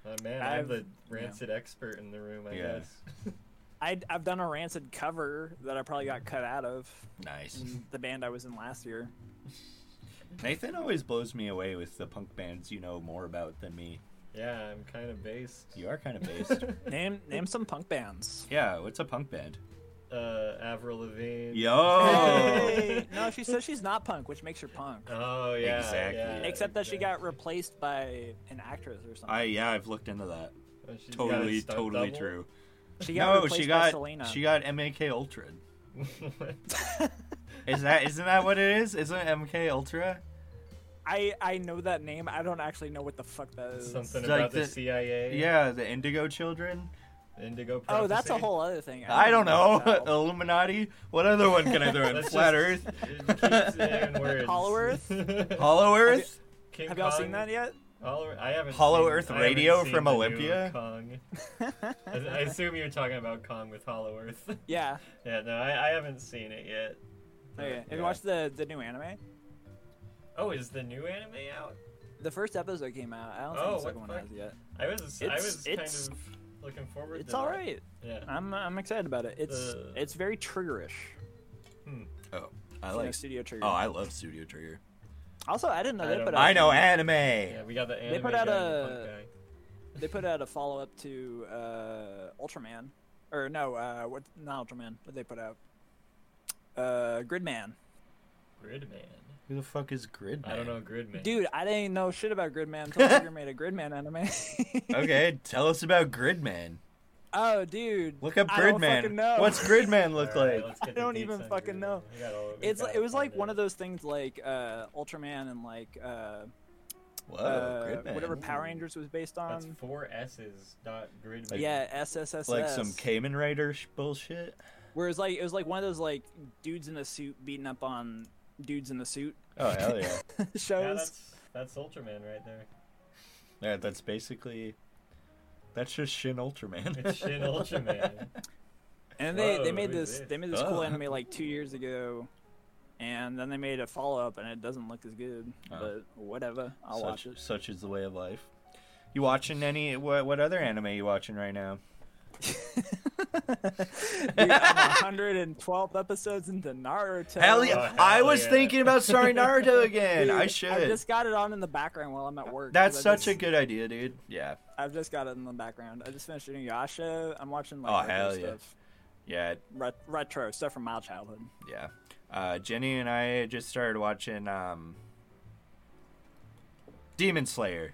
Oh, man, I'm
I've-
the rancid expert in the room, I
Yeah.
guess.
I, I've done a Rancid cover that I probably got cut out of
Nice.
in the band I was in last year.
Nathan always blows me away with the punk bands you know more about than me.
Yeah, I'm kind of based.
You are kind of based.
Name name some punk bands.
yeah. What's a punk band?
uh, Avril Lavigne.
Yo.
Hey! No, she says she's not punk, which makes her punk.
Oh yeah.
Exactly.
yeah,
Except that she got
exactly.
replaced by an actress or something.
I yeah. I've looked into that.
Oh, she's got a
Totally,
stunt
totally
double?
true.
she got
No,
replaced
she
by
got
Selena.
she got MAK Ultra.
What?
Is that isn't that what it is? Isn't it MK Ultra?
I I know that name. I don't actually know what the fuck that is.
Something
Like
about the,
the-
CIA.
Yeah, the Indigo Children.
Indigo. Prophecy.
Oh, that's a whole other thing.
I don't know.
about that.
Illuminati. What other one can I throw in?
That's
Flat
just-
Earth.
It keeps it in words.
Hollow Earth?
Hollow Earth.
King
Have y'all
Kong,
seen that yet?
Hollow, I haven't.
Hollow
seen-
Earth
I haven't
Radio
seen
from
the new
Olympia?
Kong. I, I assume you're talking about Kong with Hollow Earth.
Yeah.
yeah, no, I, I haven't seen it yet.
Okay. Have
Yeah.
you watched the the new anime?
Oh, is the new anime out?
The first episode came out. I don't
Oh,
think
what
the second one
the
has yet.
I was I
It's-
was
it's-
kind of looking forward.
It's Uh,
to
all
that.
right.
Yeah.
I'm I'm excited about it. It's
Uh,
it's very triggerish.
Oh, I
you know,
like.
Studio Trigger.
Oh, I love Studio Trigger.
also, I didn't know
I
that,
don't
but
know.
I know anime.
Yeah, we got the anime
put
guy
out
and the
a-
punk guy.
they put out a follow up to uh, Ultraman, or no, uh, what? Not Ultraman. What they put out? Uh, Gridman.
Gridman.
Who the fuck is Gridman?
I don't know Gridman.
Dude, I didn't know shit about Gridman until Trigger made a Gridman anime.
Okay, tell us about Gridman.
oh, dude.
Look up
I don't
Gridman.
fucking know.
What's Gridman
All
look
right,
like?
let's get
I
the
don't
deets
even
on
fucking
Gridman.
know.
We got all- we
It's
got
it was like
kinda-
one of those things like uh, Ultraman and like uh,
Whoa,
uh,
Oh, Gridman.
whatever Power Rangers was based
That's
on.
four S's. Dot Gridman.
Like-
um, yeah, SSSS.
Like some Kamen Rider sh- bullshit.
Whereas like it was like one of those like dudes in a suit beating up on dudes in a suit
Oh hell yeah!
Yeah,
shows.
that's that's Ultraman right there.
yeah, that's basically. That's just Shin Ultraman.
It's Shin Ultraman.
And they,
Whoa,
they made
who is
this
this?
they made this cool
Oh.
anime like two years ago, and then they made a follow up and it doesn't look as good.
Oh.
But whatever, I'll watch
such,
it.
such is the way of life. You watching any? What, what other anime you watching right now?
Dude, I'm 112 episodes into Naruto.
Hell
yeah.
yeah!
hell
I was
yeah.
thinking about starting Naruto again.
Oh, Dude,
I should.
I just got it on in the background while I'm at work.
That's
'cause I
such a
just-
good idea, dude. Yeah,
I've just got it in the background. I just finished Inuyasha. I'm watching like
Oh,
retro
hell yeah.
stuff,
yeah,
Ret- retro stuff from my childhood.
yeah. Uh, Jenny and I just started watching um, Demon Slayer.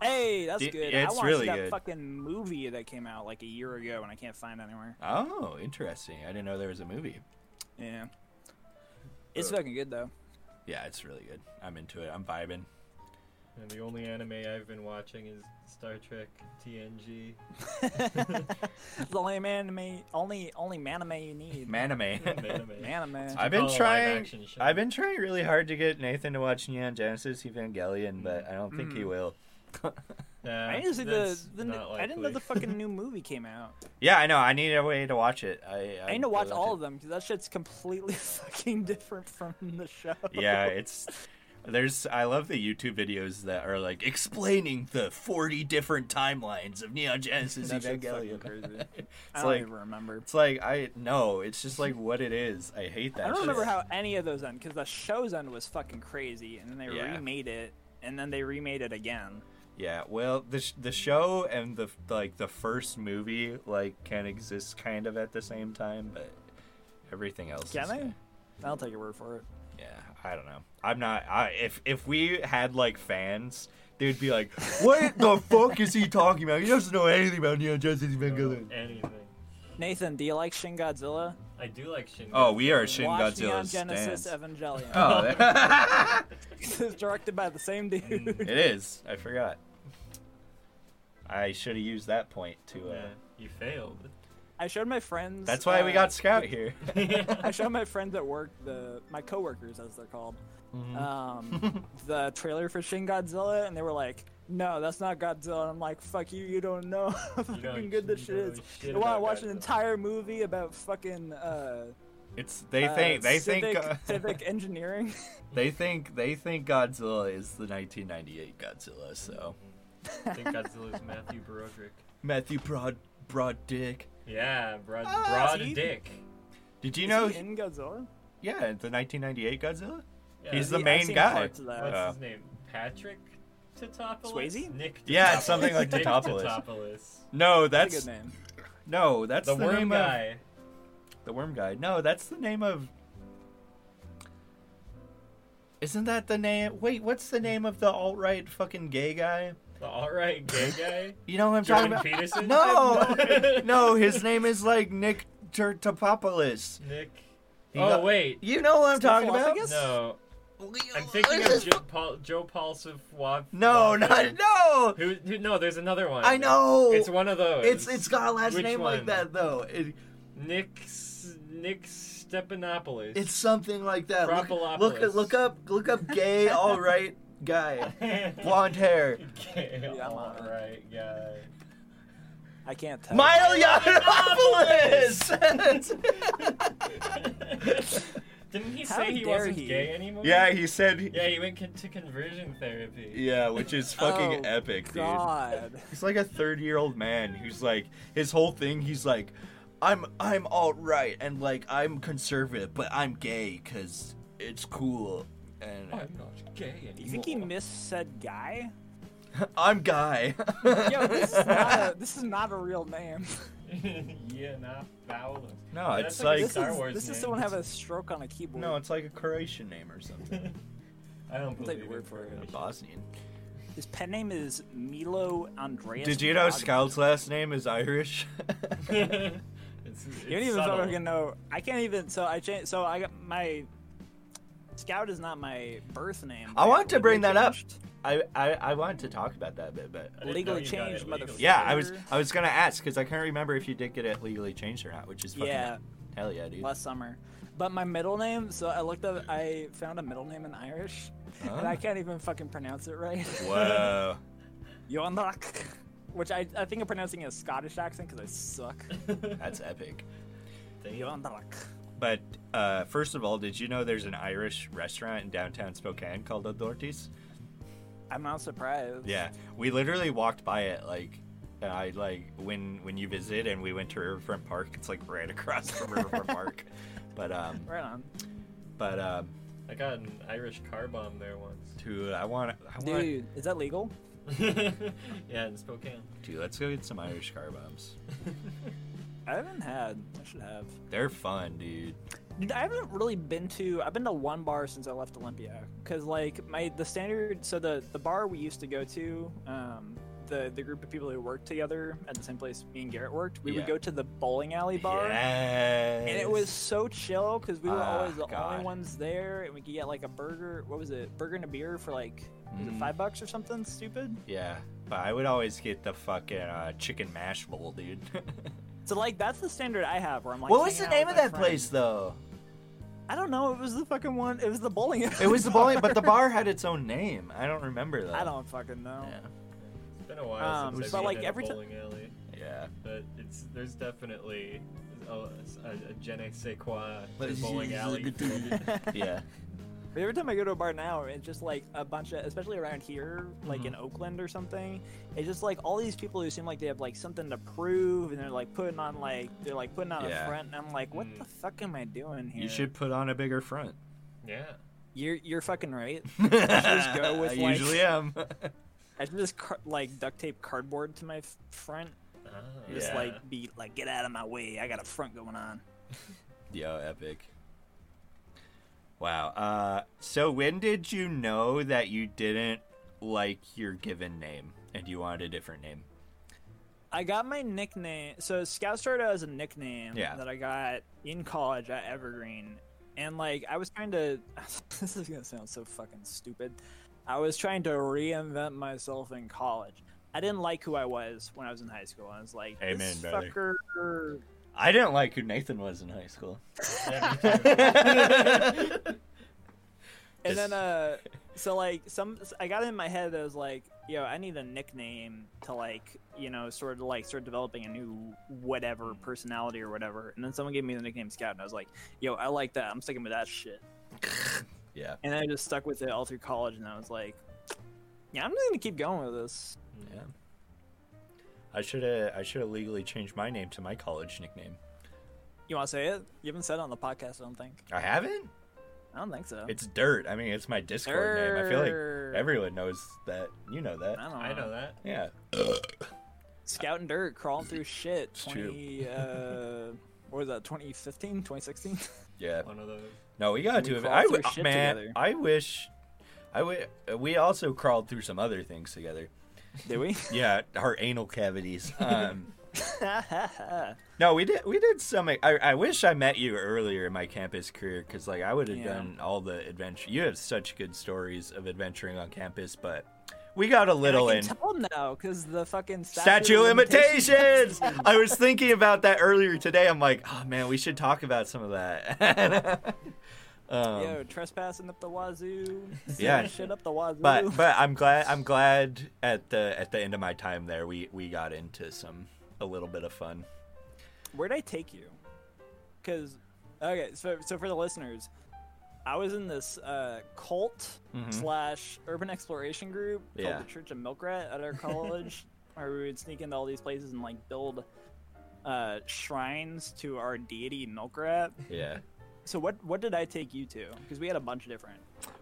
Hey, that's
D-
good.
it's
I watched
really
that
good.
fucking movie that came out like a year ago and I can't find it anywhere.
Oh, interesting. I didn't know there was a movie.
Yeah. It's
Ugh.
fucking good though.
Yeah, it's really good. I'm into it. I'm vibing.
and the only anime I've been watching is Star Trek TNG.
It's the only anime, only only manime you need.
Manime.
Anime.
Manime.
I've been
Call a live
trying.
action show.
I've been trying really hard to get Nathan to watch Neon Genesis Evangelion, but I don't think he will.
Nah,
I didn't see the,
that's
the new,
not
I didn't know
likely.
the fucking new movie came out.
Yeah, I know. I need a way to watch it. I,
I need to watch all of them because that shit's completely fucking different from the show.
Yeah, it's there's. I love the YouTube videos that are like explaining the 40 different timelines of Neon Genesis
That shit's fucking
Evangelion.
crazy. I
It's
don't
like
even remember.
it's like I no. It's just like what it is. I hate that.
I don't
shit.
remember how any of those end because the show's end was fucking crazy, and then they
Yeah.
remade it, and then they remade it again.
Yeah, well, the sh- the show and the like the first movie like can exist kind of at the same time, but everything else.
Can
is
they?
kinda-
I'll take your word for it.
Yeah, I don't know. I'm not. I if if we had like fans, they'd be like, "What the fuck is he talking about? He doesn't know anything about Neon Genesis
I don't know
Evangelion."
anything.
Nathan, do you like Shin Godzilla?
I do like Shin.
Oh, we are
Godzilla.
Shin
Watch Neon
Godzilla's
Genesis
stance.
Evangelion.
Oh, that-
This is directed by the same dude.
it is. I forgot. I should have used that point to. Uh,
Yeah, you failed.
I showed my friends.
That's why we
uh,
got Scout here.
I showed my friends at work, the my coworkers as they're called,
Mm-hmm.
um, the trailer for Shin Godzilla, and they were like, "No, that's not Godzilla." And I'm like, "Fuck you, you don't know how
You know-
fucking good this
you
shit
know
is."
shit
You want to
about
watch an
Godzilla.
entire movie about fucking uh,
It's they
uh,
think they
civic,
think uh,
civic engineering.
they think they think Godzilla is the 1998 Godzilla. So
I think Godzilla's Matthew Broderick.
Matthew Broad Broaddick.
Yeah, broad,
Ah,
broad
see?
dick.
Did you
Is
know?
he in Godzilla?
yeah, the 1998 Godzilla.
Yeah,
He's
See,
the
I've
main
seen
guy.
parts of that.
What's
Uh,
his name? Patrick Tatopoulos?
Swayze?
Nick
Yeah,
Tatopoulos.
it's something like
Nick
Tatopoulos.
Tatopoulos.
No,
That's a
that's
good name.
no, that's
The,
the,
worm
name of
guy.
the worm guy. No, that's the name of. Isn't that the name? Wait, what's the name of the alt right fucking gay guy?
The alright gay guy?
You know what I'm
Jordan
talking
Peterson?
about? No, no, his name is like Nick Tertopopoulos.
Nick.
He
oh,
got-
wait.
You know what I'm talking about?
Snuffleupagus?
No. I'm thinking of Joe Paul, Joe Paul Savoy-
No,
Walker.
not no.
Who, who? No, there's another one.
I know.
It's one of those.
It's it's got a last
Which
name
one?
like that though. It,
Nick S- Nick Stephanopoulos.
it's something like that. Look, look
Propolopoulos.
look up look up gay all right guy. Blonde hair.
Okay,
Yeah, I'm on it.
alright, guy.
I can't tell.
Milo Yiannopoulos.
Didn't he
How
say he
dare
wasn't
he?
gay anymore?
yeah, he said.
Yeah, he went con- to conversion therapy.
Yeah, which is
Oh, God.
He's like a 30 year old man who's like his whole thing. He's like, I'm I'm all right and like I'm conservative, but I'm gay because it's cool. And
Oh.
I'm not gay anymore.
Do you think he missaid guy?
I'm guy.
Yo, this is not a, this is not a real name.
yeah, not Fowler.
No,
That's
it's
like a
like-
This
Star
is,
Wars.
this
name.
is someone have a stroke on a keyboard.
no, it's like a Croatian name or something.
I don't
I'll take
believe
your word
in
for it.
A
Croatian.
Bosnian.
His pen name is Milo Andreas.
Did you know
Bogdan.
Scout's last name is Irish?
it's, it's
You don't even
subtle.
fucking know. I can't even. So I changed. So I got my. Scout is not my birth name.
I want to bring that up.
Legally changed.
I, I I wanted to talk about that bit, but
I didn't know
Legally
you got it
changed,
legally.
motherfucker.
yeah, I was I was gonna ask because I can't remember if you did get it legally changed or not, which is fucking
Yeah.
hell yeah, dude.
Last summer. But my middle name. So I looked up. I found a middle name in Irish, and I
Huh?
can't even fucking pronounce it right.
Whoa.
Yonrak. Which I, I think I'm pronouncing in a Scottish accent because I suck.
That's epic.
Yonrak.
But uh, first of all, did you know there's an Irish restaurant in downtown Spokane called O'Doherty's?
I'm not surprised.
Yeah, we literally walked by it like. I like when when you visit and we went to Riverfront Park. It's like right across from Riverfront Park, but um,
Right on.
but um,
I got an Irish car bomb there once.
dude, I want I want
Dude, is that legal?
yeah, in Spokane.
dude. Let's go get some Irish car bombs.
I haven't had. I should have.
They're fun, dude.
Dude, I haven't really been to. I've been to one bar since I left Olympia. Cause like my the standard. So the the bar we used to go to. Um, the the group of people who worked together at the same place me and Garrett worked. We
Yeah.
would go to the bowling alley bar.
Yes.
And it was so chill because we were
Ah,
always the
God.
only ones there, and we could get like a burger. What was it? Burger and a beer for like was it
Mm.
five bucks or something stupid?
yeah, but I would always get the fucking uh, chicken mash bowl, dude.
So like that's the standard I have. Where I'm like,
what was the
hanging out
name
with
of
my
that
friends.
place though?
I don't know. It was the fucking one. It was the bowling.
It was the bowling, but the bar had its own name. I don't remember that.
I don't fucking know.
Yeah.
It's been a while
Um,
since
but,
I've
like,
been
every
in
ti-
a bowling alley,
Yeah.
but it's there's definitely a, a, a je ne sais quoi to
Let's
bowling
use
alley.
the
food.
Yeah.
But every time I go to a bar now, it's just like a bunch of, especially around here, like
Mm-hmm.
in Oakland or something. It's just like all these people who seem like they have like something to prove, and they're like putting on like they're like putting on
Yeah.
a front, and I'm like, what
Mm.
the fuck am I doing here?
You should put on a bigger front.
yeah.
You're you're fucking right.
just
go with,
I
like-
usually am.
I should just car- like duct tape cardboard to my f- front,
Ah,
just
Yeah.
like be like, get out of my way. I got a front going on.
Yo, epic. Wow. Uh, so when did you know that you didn't like your given name and you wanted a different name?
I got my nickname. So Scout started out as a nickname
Yeah.
that I got in college at Evergreen, and like I was trying to. this is gonna sound so fucking stupid. I was trying to reinvent myself in college. I didn't like who I was when I was in high school. I was like,
Amen,
this
brother.
fucker.
I didn't like who Nathan was in high school.
Yeah, me too.
And
Yes.
then uh, so like some I got in my head that I was like, yo, I need a nickname to like you know sort of like start developing a new whatever
Mm.
personality or whatever. And then someone gave me the nickname Scout, and I was like, yo, I like that. I'm sticking with that shit.
Yeah.
And I just stuck with it all through college, and I was like, yeah, I'm just gonna keep going with this.
Yeah. I should have I should have legally changed my name to my college nickname.
You want to say it? You haven't said it on the podcast, I don't think.
I haven't.
I don't think so.
It's Dirt. I mean, it's my Discord name. I feel
Oh. Dirt.
like everyone knows that. You know
I
that.
don't know.
I know that.
Yeah.
Scout and Dirt crawling through shit.
It's true.
20, uh, what was that, 2015, 2016?
Yeah.
One of those.
No, we gotta
We
do it.
crawled
I
through
w-
shit
man,
together.
I wish. I w- we also crawled through some other things together.
Did we?
Yeah, our anal cavities. Um,
yeah,
no, we did. We did some. I, I wish I met you earlier in my campus career because, like, I would have
Yeah.
done all the adventure. You have such good stories of adventuring on campus, but we got a little
I can
in.
tell him now because the fucking
Statue
of
limitations. I was thinking about that earlier today. I'm like, oh man, we should talk about some of that. um,
Yo, trespassing up the wazoo.
Yeah.
Yeah, shit up the wazoo.
but but I'm glad I'm glad at the at the end of my time there we we got into some a little bit of fun.
Where'd I take you? Because, okay, so, so for the listeners, I was in this uh, cult slash urban exploration group called
Mm-hmm. Yeah.
the Church of Milk Rat at our college, where we would sneak into all these places and like build uh, shrines to our deity Milk Rat.
Yeah.
So what what did I take you to? Because we had a bunch of different.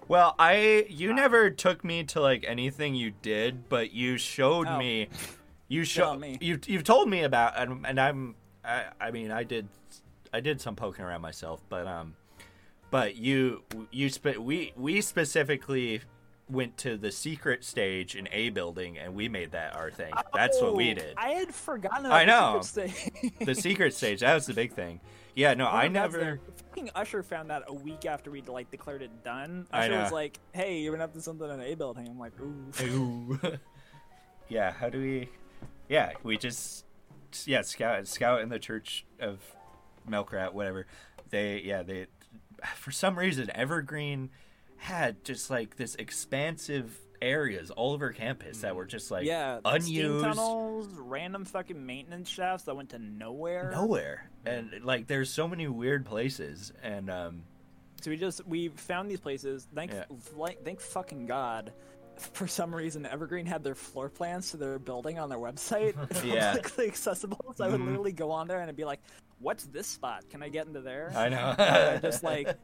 Well, I you never took me to like anything you did, but you showed
Oh.
me you
Tell
showed
me.
you you've told me about and, and I'm I, I mean I did I did some poking around myself, but um but you you spe- we we specifically went to the secret stage in A building and we made that our thing. That's what we
Oh,
did.
I had forgotten. About
I
the secret stage.
the secret stage that was the big thing yeah no i
That's
never
there. Fucking Usher found out a week after we like declared it done.
I
Usher was
know.
like, "Hey, you've been up to something in A building." I'm like, "Ooh."
Ooh. yeah how do we yeah we just yeah scout scout in the church of melkrat whatever they yeah they for some reason evergreen had just like this expansive areas all over campus that were just like
yeah, steam
unused
tunnels, random fucking maintenance shafts that went to nowhere.
nowhere and like there's so many weird places and um
So we just we found these places. Thank
Yeah.
like thank fucking god. For some reason, Evergreen had their floor plans to their building on their website
Yeah. Mm-hmm.
publicly accessible. So I would literally go on there and I'd be like, "What's this spot? Can I get into there?"
i know
I just like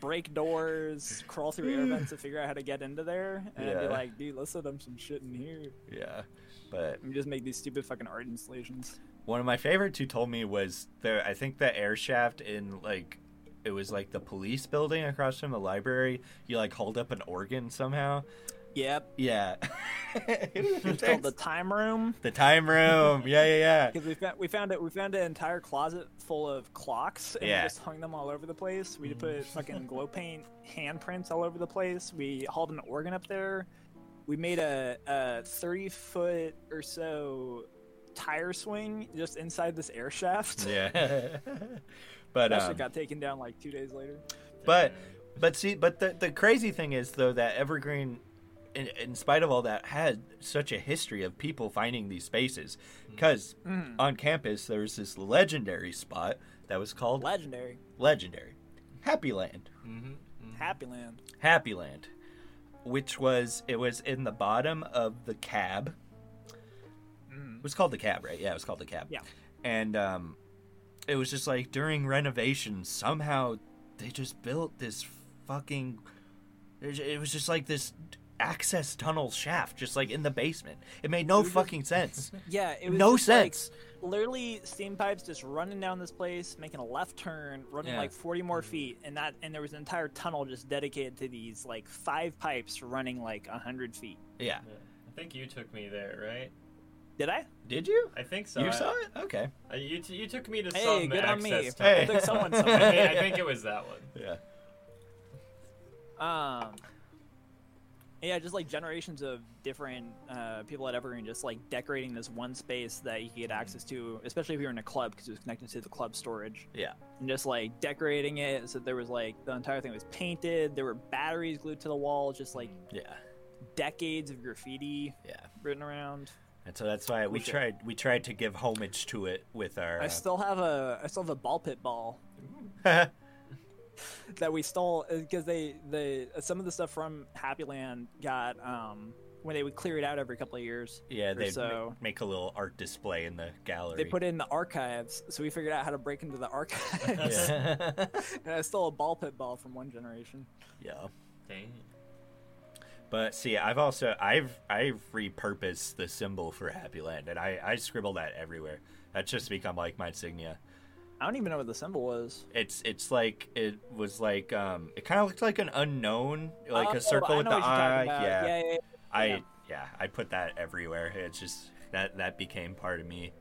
break doors, crawl through air vents to figure out how to get into there, and I'd be
Yeah.
like, dude, let's set up some shit in here.
yeah but
And just make these stupid fucking art installations.
One of my favorites who told me was the I think the air shaft in like it was like the police building across from the library. You like hold up an organ somehow.
Yep.
Yeah.
It's called the time room
the time room. Yeah, yeah, yeah.
because we found we found it we found an entire closet full of clocks and
Yeah.
we just hung them all over the place. We put fucking glow paint handprints all over the place. We hauled an organ up there. We made a, a thirty foot or so tire swing just inside this air shaft.
Yeah. but
That
um,
shit got taken down like two days later.
but but see but the the crazy thing is though that Evergreen in, in spite of all that had such a history of people finding these spaces because
Mm.
on campus there was this legendary spot that was called
Legendary.
legendary happy land
Mhm.
Mm-hmm.
Happy Land.
happy land which was it was in the bottom of the cab it was called the cab right yeah it was called the cab
Yeah.
and um it was just like during renovation somehow they just built this fucking it was just like this access tunnel shaft just like in the basement it made no fucking sense
Yeah, it was
no
just, like,
sense
literally steam pipes just running down this place, making a left turn, running
Yeah. Mm-hmm.
like forty more feet, and that and there was an entire tunnel just dedicated to these like five pipes running like hundred feet.
yeah
Yeah. I think you took me there, right?
Did I?
Did you?
I think so.
you
I-
saw it? Okay.
I- you, t- you took me to
Hey,
some
good on me.
access
I
Hey.
time.
took someone
I,
somewhere.
think, I think it was that one.
Yeah.
Um, yeah, just like generations of different uh, people at Evergreen just like decorating this one space that you could
Mm-hmm.
get access to, especially if you're in a club because it was connected to the club storage.
Yeah.
And just like decorating it, so there was like the entire thing was painted. There were batteries glued to the wall, just like
Yeah.
decades of graffiti
Yeah.
written around.
And so that's why we
Cool shit.
tried we tried to give homage to it with our
I
uh,
still have a I still have a ball pit ball that we stole because they they some of the stuff from Happy Land got um when they would clear it out every couple of years.
Yeah,
or
they
so.
make a little art display in the gallery.
They put it in the archives, so we figured out how to break into the archives.
yeah.
and I stole a ball pit ball from one generation.
yeah.
Dang.
But see, I've also I've I've repurposed the symbol for Happy Land, and I I scribble that everywhere. That's just become like my insignia.
I don't even know what the symbol was.
It's it's like it was like um it kind of looked like an unknown, like
Oh,
a circle
I
with
know
the
what you're
eye.
talking about.
yeah.
yeah, yeah.
I
yeah.
yeah I put that everywhere. It's just that that became part of me.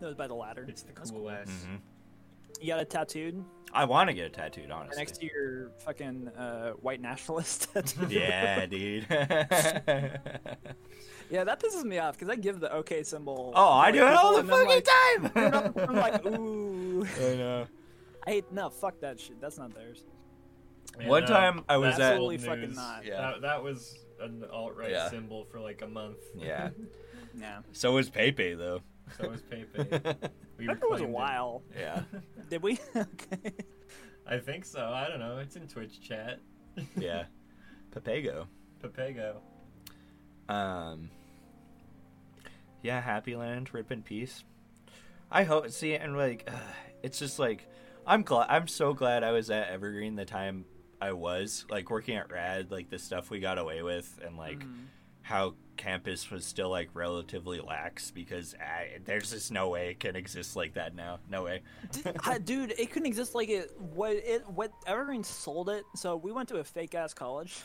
That was by the ladder.
It's the
That's
cool Mm-hmm. ass.
Mhm.
You got it tattooed
I want to get it tattooed, honestly.
next to your fucking uh, white nationalist tattoo.
yeah, dude. oh,
yeah, that pisses me off because I give the OK symbol.
I
to,
do it
like,
all the
people, and
fucking
then,
time.
like, I'm like, ooh.
I know.
I hate no. Fuck that shit. That's not theirs.
Man,
One
uh,
time I was
that's
at-
old
Absolutely fucking
news.
not.
Yeah.
That, that was an alt right
Yeah.
symbol for like a month.
Yeah.
Yeah.
So was Pepe though.
So was Pepe. We
That was a
reclaimed it.
while.
yeah.
Did we? okay.
I think so. I don't know. It's in Twitch chat.
Yeah. Pepego.
Pepego.
Um. Yeah, Happy Land, rip in peace. I hope. See, and like, it's just like, I'm glad. I'm so glad I was at Evergreen the time I was like working at Rad. Like the stuff we got away with, and like
Mm-hmm.
how campus was still like relatively lax because I, there's just no way it can exist like that now. No way.
Did- I- dude, it couldn't exist like it. What it? What Evergreen sold it. So we went to a fake ass college.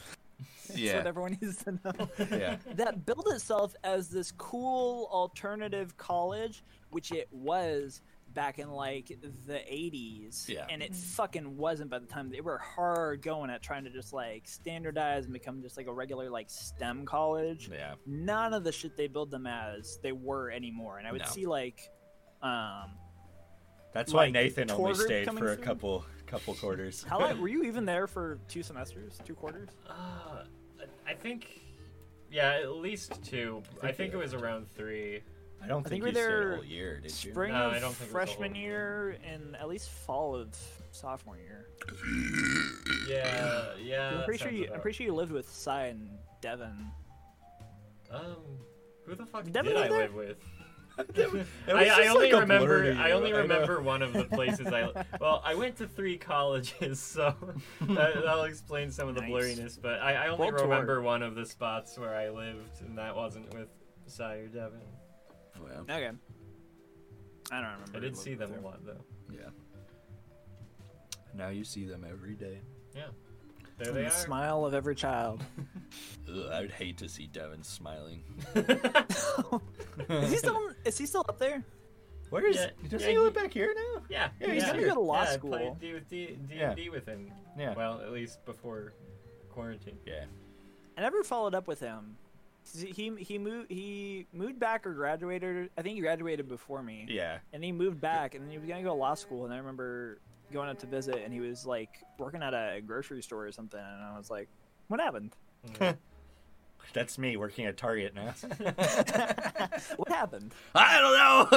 That's what everyone needs to know.
yeah.
that built itself as this cool alternative college, which it was back in like the 80s.
Yeah.
And it fucking wasn't by the time they were hard going at trying to just like standardize and become just like a regular like STEM college.
Yeah.
None of the shit they build them as they were anymore. And I would
No.
see like, um,
That's
Like,
why Nathan
tour
only
group
stayed
coming
for a
soon?
couple couple quarters.
how long were you even there for two semesters, two quarters?
Uh, I think. Yeah, at least two. I think, it was around three.
I don't
I think
think,
we're
you stayed
there
a whole year, did you?
Spring
No,
of
I don't think it was the whole
freshman year and at least fall of sophomore year.
Yeah, yeah.
I'm
that
pretty sure
sounds
you. I'm
about-
pretty sure you lived with Cy and Devin.
Um, who the fuck
Devin
did I
live there?
live with?
It was
I, I
just
only
like a blur
remember.
to
I
you,
only
know.
remember one of the places I. Well, I went to three colleges, so that, that'll explain some of the
Nice.
blurriness. But I, I only
Well toured.
remember one of the spots where I lived, and that wasn't with Sai or Devin.
Well,
Okay. I don't remember.
I did see them a
once.
lot, though.
yeah. Now you see them every day.
Yeah, there they
the
are.
smile of every child.
Ugh, I would hate to see Devin smiling.
is he still? Is he still up there?
Where is?
Yeah,
does
yeah,
he live
he-
back here now?
yeah,
Yeah, he's
gotta
here.
go to law
yeah, I
school.
played D with D, D,
Yeah.
D with him.
Yeah.
Well, at least before quarantine.
Yeah.
I never followed up with him. He he moved he moved back or graduated. I think he graduated before me.
Yeah.
And he moved back, and then he was gonna go to law school. And I remember going up to visit, and he was like working at a grocery store or something. And I was like, "What happened?
That's me working at Target now.
What happened?"
I don't know.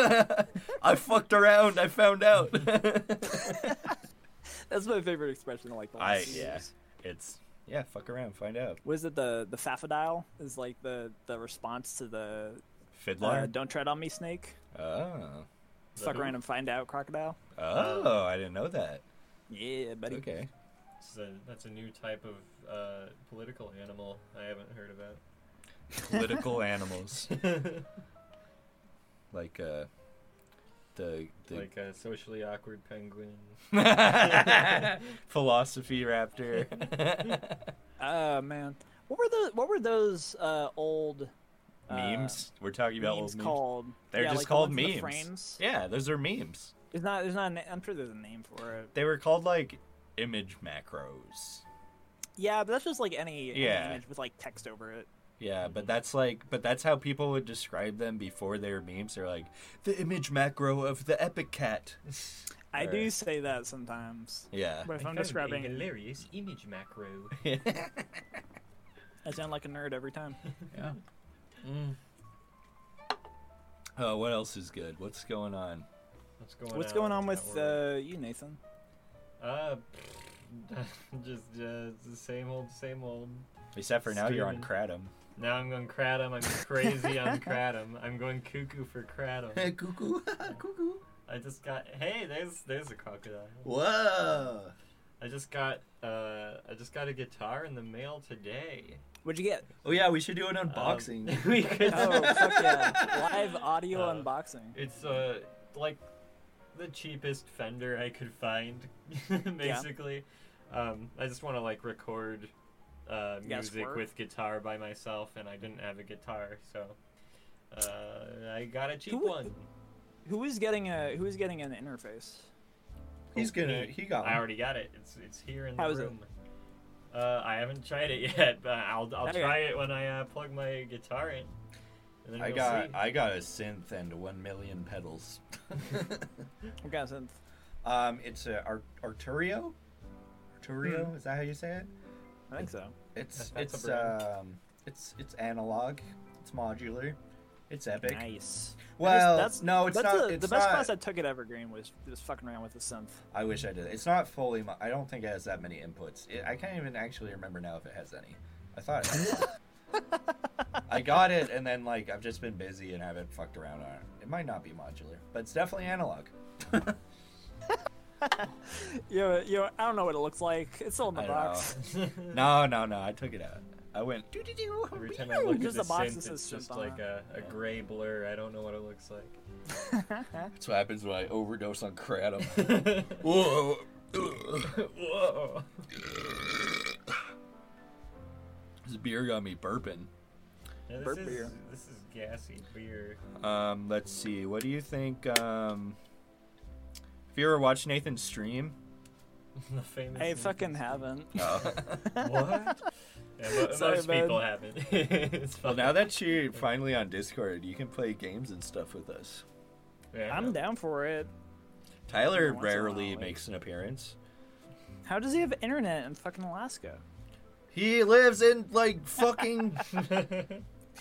I fucked around. I found out.
That's my favorite expression. I like the
I
last few
yeah.
years.
It's yeah. Fuck around. Find out.
was it the the faffodile is like the the response to the uh,
Fiddler.
don't tread on me snake
oh.
fuck around and find out crocodile
Oh, I didn't know that.
yeah buddy
Okay.
That's a, that's a new type of uh, political animal I haven't heard about.
Political animals. Like uh, the the
like a socially awkward penguin.
philosophy raptor.
Ah, oh man what were the what were those uh old uh,
memes. We're talking about
memes
old memes.
called.
They're
yeah,
just
like the
called
ones with
memes.
The frames.
Yeah, those are memes.
There's not. There's not. A na- I'm sure there's a name for it.
They were called like image macros.
Yeah, but that's just like any, any
Yeah.
image with like text over it.
Yeah,
Mm-hmm.
but that's like, but that's how people would describe them before they were memes. They're like the image macro of the epic cat.
I
Or-
do say that sometimes.
Yeah.
But if I'm
I found a
describing,
hilarious image macro.
I sound like a nerd every time.
Yeah.
Mm.
Oh, what else is good? What's going on?
What's going
What's
on?
going on
in
with
that world?
uh, you, Nathan?
Uh, just uh, the same old, same old.
Except for now, you're on Kratom.
Now I'm going kratom. I'm crazy on kratom. I'm going cuckoo for kratom.
cuckoo, cuckoo.
I just got. Hey, there's there's a crocodile.
Whoa.
I just got uh, I just got a guitar in the mail today.
What'd you get?
Oh yeah, we should do an
Um,
unboxing.
we could.
Oh fuck yeah! Live audio
Uh,
unboxing.
It's uh like the cheapest Fender I could find, basically. Um, I just want to like record uh,
Yeah,
music
squirt.
with guitar by myself, and I didn't have a guitar, so uh, I got a cheap
Who-
one.
Who is getting a Who is getting an interface?
He's gonna. He got.
I
One.
already got it. It's it's here in
How
the
is it?
room. Uh, I haven't tried it yet, but I'll I'll
Okay.
try it when I uh, plug my guitar in. And then
I
we'll
got.
see.
I got a synth and one million pedals.
What kind of synth?
um, it's a Ar- Arturio. Arturio,
Hmm.
is that how you say it?
I think so.
It's
That's a
it's
brand.
um, it's it's analog. It's modular. It's epic.
Nice.
Well,
that's,
no, it's
that's
not.
a-
it's
the best
not-
class I took at Evergreen was just fucking around with the synth.
I wish I did. It's not fully. Mo- I don't think it has that many inputs. It, I can't even actually remember now if it has any. I thought. It had. I got it, and then like I've just been busy and haven't fucked around on it. It might not be modular, but it's definitely analog.
Yo, yo, I don't know what it looks like. It's still in the
I don't
box.
No, no, no. I took it out. I went. "Doo-doo-doo."
Every time I look
Just the
at the
box
synth,
that
it's
says
just
synth on
like
it.
a, a gray blur. I don't know what it looks like.
That's what happens when I overdose on kratom. Whoa.
Whoa!
This beer got me burping.
Yeah, this
Burp
is
beer.
this is gassy beer.
Um, let's see. What do you think? Um, if you ever watched Nathan's stream,
the famous.
I
name.
fucking haven't.
Uh,
what? Yeah, mo-
Sorry,
most
man.
people haven't. it's
well,
fine.
now that you're finally on Discord, you can play games and stuff with us.
Yeah, I know.
I'm down for it.
Tyler
Every once in a
rarely
while, like-
makes an appearance.
How does he have internet in fucking Alaska?
He lives in like fucking.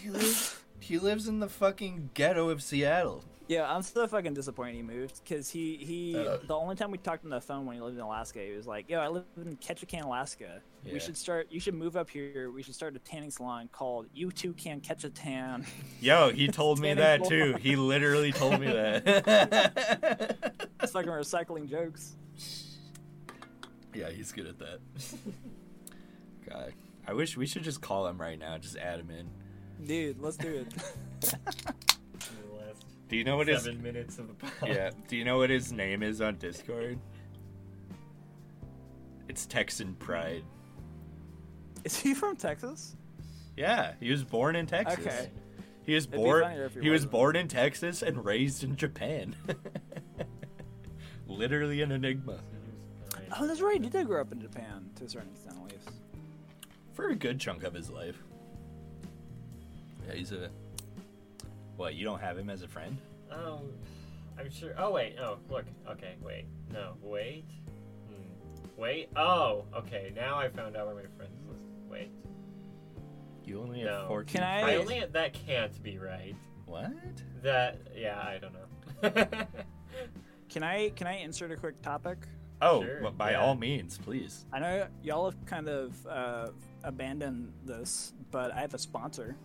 he lives. He lives in the fucking ghetto of Seattle.
Yeah, I'm so fucking disappointed he moved because he he
Uh,
the only time we talked on the phone when he lived in Alaska, he was like, "Yo, I live in Ketchikan, Alaska.
Yeah.
We should start. You should move up here. We should start a tanning salon called You Too Can Catch a Tan."
Yo, he told me
Standing
that too.
floor.
He literally told me that.
It's fucking recycling jokes.
yeah, he's good at that. God, I wish we should just call him right now. Just add him in.
Dude, let's do it.
The last
Do you know what his
seven minutes of the pod.
yeah? Do you know what his name is on Discord? It's Texan Pride.
Is he from Texas?
Yeah, he was born in Texas.
Okay.
He was
be funnier
born.
if
He,
he
was
wasn't.
born in Texas and raised in Japan. Literally an enigma
Oh, that's right. He did grow up in Japan to a certain extent, at least.
for a good chunk of his life. Yeah, he's a. What? You don't have him as a friend?
Oh, I'm sure. Oh wait. Oh look. Okay. Wait. No. Wait. Hmm. Wait. Oh. Okay. Now I found out where my friends list. Wait.
You only
No.
have fourteen.
Can
I
Hey.
friends?
only. That can't be right.
What?
That. Yeah. I don't know.
Can I can I insert a quick topic?
Oh,
Sure,
well, by
yeah.
all means, please.
I know y'all have kind of uh, abandoned this, but I have a sponsor.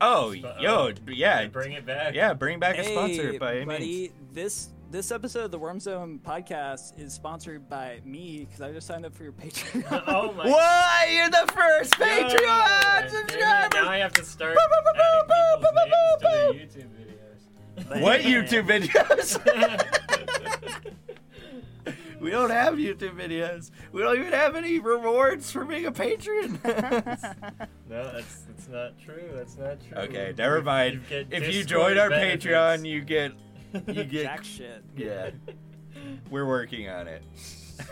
Oh,
Sp-
yo,
oh,
d- yeah,
Bring it back.
yeah, bring back a sponsor
Hey,
by any
buddy,
means.
This this episode of the Worm Zone podcast is sponsored by me because I just signed up for your Patreon.
oh my.
Why you're the first
God.
Patreon
Damn it, Now
subscriber?
I have to start
Boop, boop, boop,
adding
boop,
people's names to
boop,
their YouTube videos.
What YouTube videos? We don't have YouTube videos. We don't even have any rewards for being a patron.
No, that's that's not true. That's not true.
okay, never
You
mind.
get
If you
Discord
join our
benefits.
Patreon, you get you
Jack
get
shit.
yeah. We're working on it.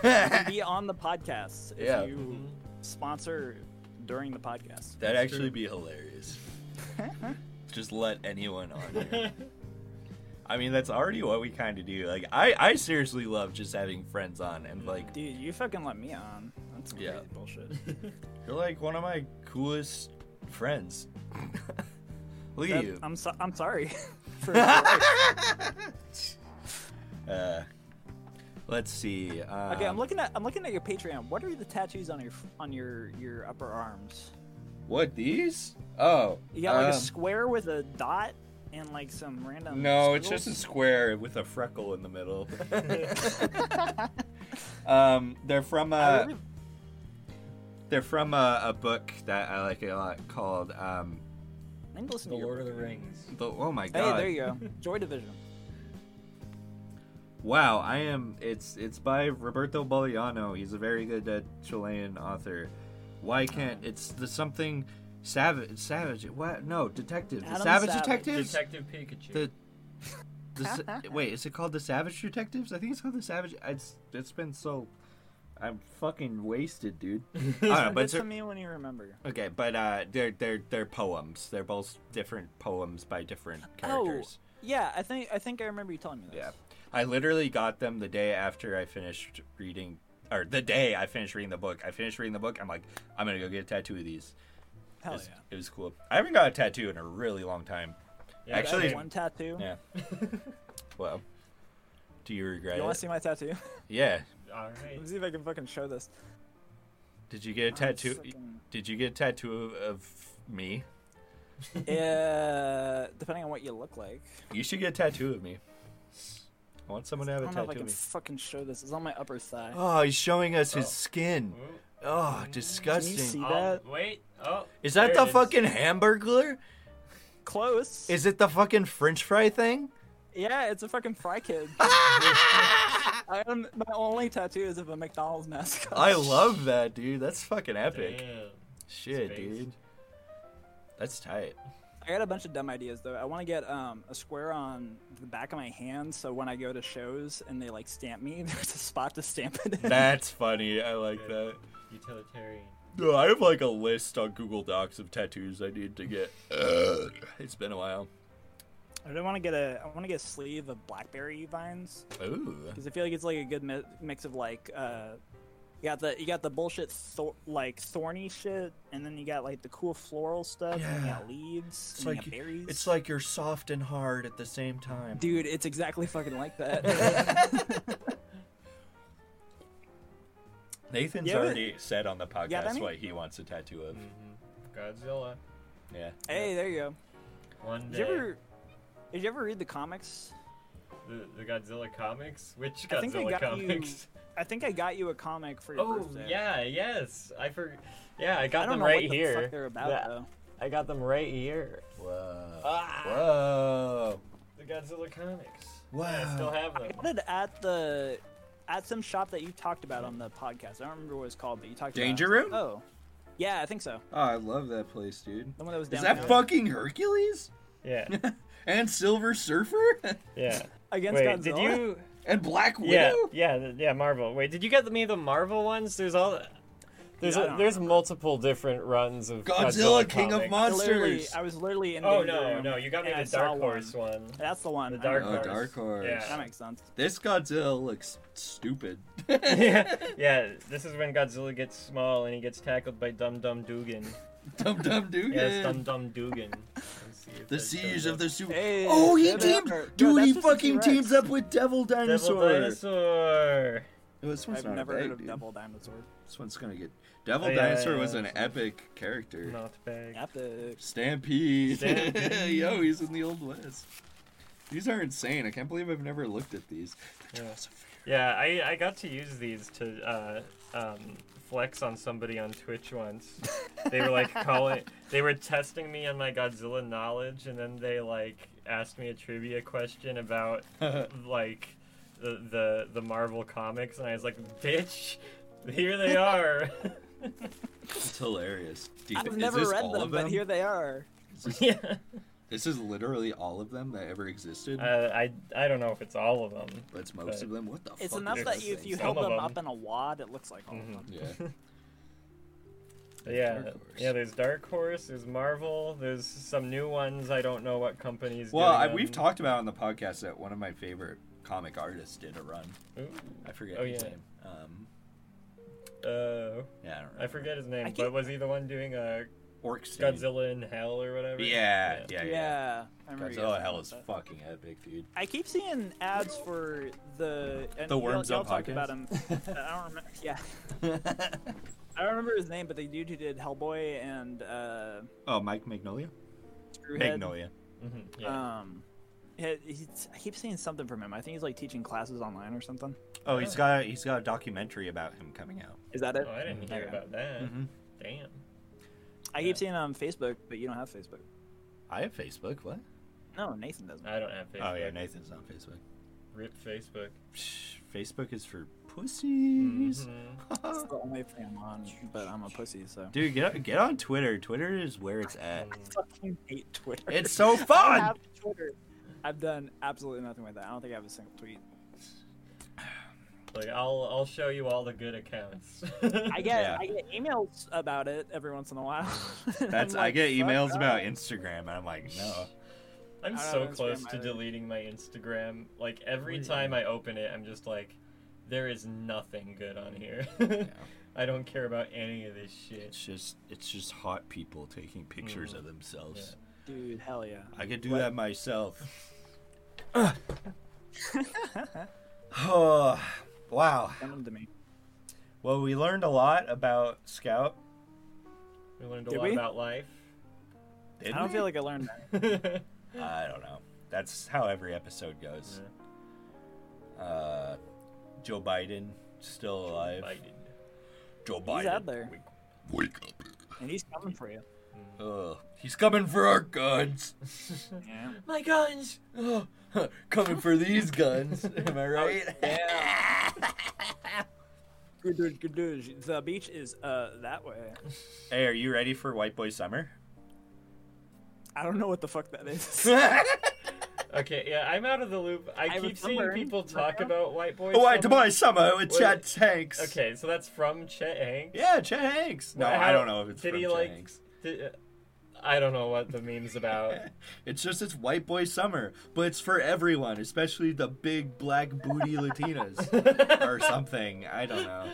can be on the podcast if
Yeah. Mm-hmm.
you sponsor during the podcast.
That'd
That's
actually
true.
be hilarious. Just let anyone on here. I mean, that's already what we kind of do. Like, I, I seriously love just having friends on, and like,
Dude, you fucking let me on. That's crazy
Yeah.
bullshit.
you're like one of my coolest friends. Look at
That-
you.
I'm so- I'm sorry. for-
Uh, let's see. Um,
okay, I'm looking at I'm looking at your Patreon. What are the tattoos on your on your your upper arms?
What these? Oh,
You got like a
um,
square with a dot and like some random.
No, it's just a
squiggles?
square with a freckle in the middle. um, they're from
I
a
really-
they're from a, a book that I like a lot called um,
I need to listen
the
to your-
Lord of the Rings.
the Oh my
Hey,
god!
there you go. Joy Division.
Wow, I am. It's it's by Roberto Boliano. He's a very good uh, Chilean author. Why can't it's the something savage? Savage? What? No, detective. The
Adam
savage,
Savage.
detectives.
Detective Pikachu.
the, the sa- wait, is it called the Savage Detectives? I think it's called the Savage. It's it's been so. I'm fucking wasted, dude. I don't know,
Send
but
it to
it's-
me when you remember.
okay, but uh, they're they're they're poems. They're both different poems by different characters.
Oh, yeah. I think I think I remember you telling me this.
Yeah. I literally got them the day after I finished reading, or the day I finished reading the book. I finished reading the book. I'm like, I'm gonna go get a tattoo of these. It
Hell
was,
yeah.
it was cool. I haven't got a tattoo in a really long time.
Yeah,
actually-
that
one tattoo.
Yeah. well, do you regret
You want
it?
to see my tattoo?
yeah.
one- All right.
Let's see if I can fucking show this.
Did you get a
Oh,
tattoo?
fucking-
Did you get a tattoo of, of me?
Uh, depending on what you look like.
You should get a tattoo of me. I want someone to
I
have a
don't know if I
tattoo
can
of me.
fucking show this. It's on my upper thigh.
Oh, he's showing us
Oh.
his skin.
Ooh.
Oh,
see
disgusting.
You bet.
Oh, wait. Oh.
Is that
there
the
it
fucking hamburglar?
Close.
Is it the fucking french fry thing?
yeah, it's a fucking fry kid. I am, my only tattoo is of a McDonald's mascot.
I love that, dude. That's fucking epic.
Damn.
Shit,
Spaced.
dude. That's tight.
I got a bunch of dumb ideas though. I want to get um, a square on the back of my hand, so when I go to shows and they like stamp me, there's a spot to stamp it. In.
That's funny. I like that.
Utilitarian.
No, I have like a list on Google Docs of tattoos I need to get. Ugh. It's been a while.
I don't want to get a. I want to get a sleeve of blackberry vines.
Ooh.
because I feel like it's like a good mi- mix of like uh, you got the you got the bullshit thor- like thorny shit, and then you got like the cool floral stuff, and then you
Yeah.
got leaves,
It's
and
like
you got berries.
it's like you're soft and hard at the same time.
dude, it's exactly fucking like that.
Nathan's
Yeah, but-
already said on the podcast
Yeah, but I
what he wants a tattoo of.
Godzilla.
Yeah.
hey, there you go.
One
Did
day.
you ever did you ever read the comics?
The, the Godzilla comics? Which
I think I
Godzilla
got
comics?
you. I think I got you a comic for your
Oh
birthday.
yeah, yes. I for yeah, I
I
got
don't
them
know
right
what the
here.
fuck they're about
Yeah,
though.
I got them right here.
Whoa.
Ah.
Whoa.
The Godzilla comics.
Wow.
Yeah, I still have
I
them.
got it at the at some shop that you talked about on the podcast. I don't remember what it's called, but you talked
Danger
about.
Room?
Oh, yeah, I think so.
Oh, I love that place, dude.
The one that was
Is
downtown.
that fucking Hercules?
Yeah,
and Silver Surfer?
yeah.
against
Wait,
Godzilla?
did you?
and Black Widow?
Yeah, yeah, th- yeah. Marvel. Wait, did you get me the Marvel ones? There's all. There's
Yeah, I
a,
don't
there's multiple different runs of
Godzilla,
Godzilla,
King of
comics.
I
Monsters.
literally, I was literally in.
Oh
Danger
no,
Room,
no, you got me
and I
the
saw
Dark Horse
one.
one.
That's the one.
The
I
Dark
know.
Oh,
Horse.
Dark Horse.
That
Yeah.
makes sense.
This Godzilla looks stupid.
yeah, yeah. This is when Godzilla gets small and he gets tackled by Dum Dum Dugan.
Dum Dum Dugan.
Yeah, it's Dum Dum Dugan. Let's see if
The
that
siege
shows
of
up.
the super.
Hey,
oh, he
good
teams.
effort. No,
Dude,
that's
he
just a
fucking
T-Rex.
teams up with Devil Dinosaur.
Devil Dinosaur.
Oh, this one's
I've
not
never
bad,
heard of
dude.
Devil Dinosaur.
This one's gonna get. Devil
Oh, yeah,
Dinosaur
yeah,
was
yeah.
an epic character.
Not bad.
Epic.
Stampede.
Stampede.
Yo, he's in the old west. These are insane. I can't believe I've never looked at these.
Yeah. Yeah, I, I got to use these to uh, um, flex on somebody on Twitch once. They were like calling, they were testing me on my Godzilla knowledge, and then they like asked me a trivia question about like the the the Marvel comics, and I was like, "Bitch, here they are."
It's hilarious. Do you
I've
thi- is
never
this
read
all
them,
of
but here they are.
yeah,
This is literally all of them that ever existed.
uh, I I don't know if it's all of them.
but it's most of them. What the fuck?
It's
is
enough
this
that you, if
thing?
you
Some
held
of
them
them.
up in a wad, it looks like all of
Mhm.
them.
Yeah.
Yeah,
Dark Horse.
yeah. There's Dark Horse. There's Marvel. There's some new ones. I don't know what companies.
Well, I, we've talked about on the podcast that one of my favorite comic artists did a run. I forget
Oh,
his
yeah.
name. Um,
Uh,
yeah, I don't
I
remember.
forget his name,
I
but
can't-
was he the one doing a
Orkstein.
Godzilla in Hell or whatever?
Yeah, yeah, yeah.
Yeah, I remember. you guys
Godzilla
talking
Hell
about
is
that.
fucking epic, dude.
I keep seeing ads for the and
The
y'all-
Worms
y'all
Up
talked
podcast?
About him. Uh, I don't remember. Yeah, I don't remember his name, but the dude who did Hellboy and uh,
oh, Mike Magnolia.
Screwhead.
Magnolia.
hmm yeah.
Um, he, he's, I keep seeing something from him. I think he's like teaching classes online or something.
Oh, he's got he's got a documentary about him coming out.
Is that it?
oh, I didn't hear
Okay.
about that.
Mhm.
Damn.
I
yeah.
keep seeing it on Facebook, but you don't have Facebook.
I have Facebook. What?
No, Nathan doesn't.
I don't have Facebook.
Oh yeah, Nathan's on Facebook.
Rip Facebook.
Psh, Facebook is for Mm-hmm. pussies.
Mhm.
Oh.
That's the only thing I'm on, but I'm a pussy, so.
Dude, get get on Twitter. Twitter is where it's at.
I fucking hate Twitter.
It's so
I
fun.
have Twitter. I've done absolutely nothing with that. I don't think I have a single tweet.
Like I'll I'll show you all the good accounts.
I get
Yeah.
I get emails about it every once in a while. And
That's
I'm
I
like,
get
"Fuck
emails
off."
about Instagram, and I'm like, no.
I'm
I don't
so
have Instagram
close to
either.
deleting my Instagram. Like every
Really?
time I open it, I'm just like, there is nothing good on here. I don't care about any of this shit.
It's just it's just hot people taking pictures of themselves.
Dude, hell yeah.
I could do
What?
that myself. oh, wow.
Send them to me.
Well, we learned a lot about Scout.
We learned a
Did
lot
we?
about life.
didn't
I don't
we?
feel like I learned that.
I don't know. That's how every episode goes. Uh, Joe Biden still alive.
Biden.
Joe Biden.
He's out there,
Wake up.
and he's coming for you.
Ugh. He's coming for our guns.
Yeah.
My guns.
Ugh. coming for these guns. Am I right?
Yeah. Good dude, good dude. The beach is uh that way.
Hey, are you ready for White Boy Summer?
I don't know what the fuck that is.
Okay, yeah, I'm out of the loop. I,
I
keep seeing
remember.
people talk
Remember?
about white boys.
White
Summer.
Boy Summer with
Wait.
Chad Hanks.
Okay, so that's from Chet Hanks.
Yeah, Chet Hanks. No,
Well,
I
how-
don't know if it's
did
from
he,
Chet
like-
Hanks.
Th- uh, I don't know what the meme's about.
It's just it's White Boy Summer, but it's for everyone, especially the big black booty Latinas or something. I don't know.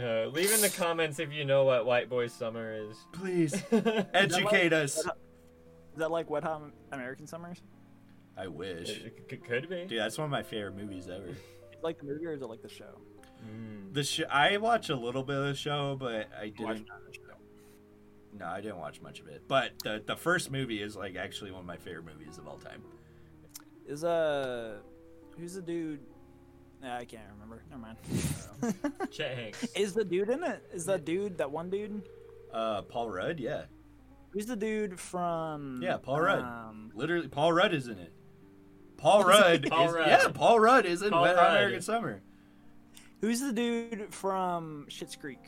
Uh, leave in the comments if you know what White Boy Summer is.
Please
it,
educate us.
Is that like Wet Hot American Summers?
I wish.
it c- could be.
Dude, that's one of my favorite movies ever.
It's like the movie or is it like the show?
Mm.
The sh- I watch a little bit of the show, but I
Watch
didn't.
it on the show.
No, I didn't watch much of it. But the the first movie is like actually one of my favorite movies of all time.
Is uh who's the dude? Nah, I can't remember. Never mind.
Chet Hanks.
is the dude in it? Is that dude that one dude?
Uh, Paul Rudd, yeah,
Who's the dude from?
Yeah, Paul Rudd.
Um,
literally Paul Rudd is in it. Paul Rudd,
Paul
is,
Rudd.
yeah, Paul Rudd is in
Paul
Wet Hot
Rudd.
American Summer.
who's the dude from Schitt's Creek?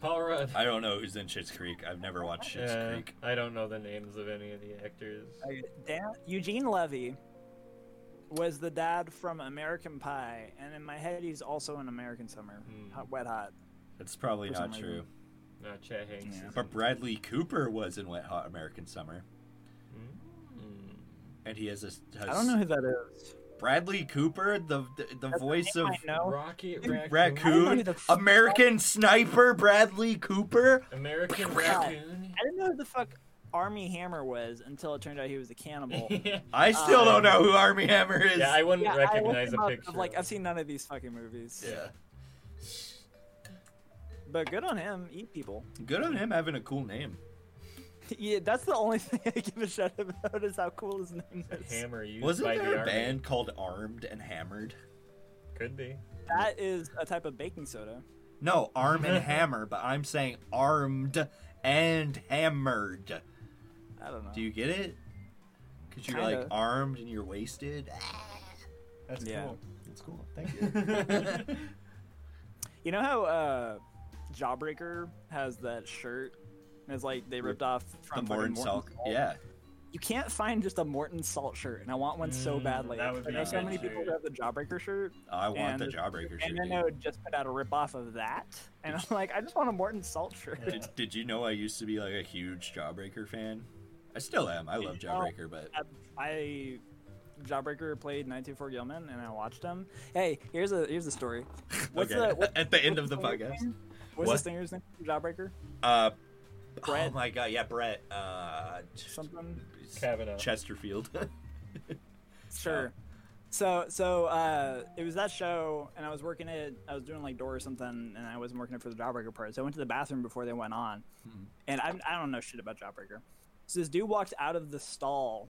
Paul Rudd.
I don't know who's in Schitt's Creek. I've never watched Schitt's
Yeah,
Creek.
I don't know the names of any of the actors.
Dan- Eugene Levy was the dad from American Pie, and in my head, he's also in American Summer,
Hmm.
hot, Wet Hot.
That's probably
For some
not
reason.
true.
No, Chet Hanks.
Yeah.
is-
But Bradley Cooper was in Wet Hot American Summer,
Mm.
and he has a. Has
I don't know who that is.
Bradley Cooper, the the, the
That's
voice
the name
of
I know.
Rocket
Raccoon,
Raccoon.
I don't know who the fuck-
American Sniper, Bradley Cooper.
American
God.
Raccoon.
I didn't know who the fuck Army Hammer was until it turned out he was a cannibal.
yeah,
I still
Uh,
don't know who Army Hammer is.
I wouldn't
Yeah, I looked
recognize
him
a
up,
picture.
I'm like
of
I've seen none of these fucking movies.
Yeah.
But good on him. Eat people.
Good on him having a cool name.
yeah, that's the only thing I give a shit about is how cool his name
a
is.
hammer used
Wasn't
by the
there a
army.
band called Armed and Hammered?
Could be.
That is a type of baking soda.
No, Arm and Hammer, but I'm saying Armed and Hammered.
I don't know.
Do you get it? Because you're like
Kinda.
armed and you're wasted. That's
Yeah.
cool.
It's cool. Thank you.
You know how uh, Jawbreaker has that shirt? And it's like they ripped off
The
from fucking
Morton Salt. Yeah.
You can't find just a Morton Salt shirt, and I want one so
Mm,
badly.
that would
I
be
know
a
so
good
many people
shirt.
who have the Jawbreaker shirt,
I want the
And-
Jawbreaker shirt.
and then
dude.
I would just put out a rip off of that, and I'm like, I just want a Morton Salt shirt.
Yeah.
Did, did you know I used to be like a huge Jawbreaker fan? I still am. I love
Oh.
Jawbreaker, but
I Jawbreaker played 924 Gilman, and I watched him. Hey, here's a here's the story. What's
okay.
the what,
at the end of the
what's the
podcast.
name? What's
What?
the singer's name? for Jawbreaker?
Uh,
Brett.
Oh my god, yeah, Brett. Uh, Ch-
Something. uh,
Kavanaugh.
Chesterfield.
Sure. So so uh, it was that show, and I was working it. I was doing like door or something, and I wasn't working it for the Jawbreaker part. So I went to the bathroom before they went on,
Hmm.
and I, I don't know shit about Jawbreaker. So this dude walked out of the stall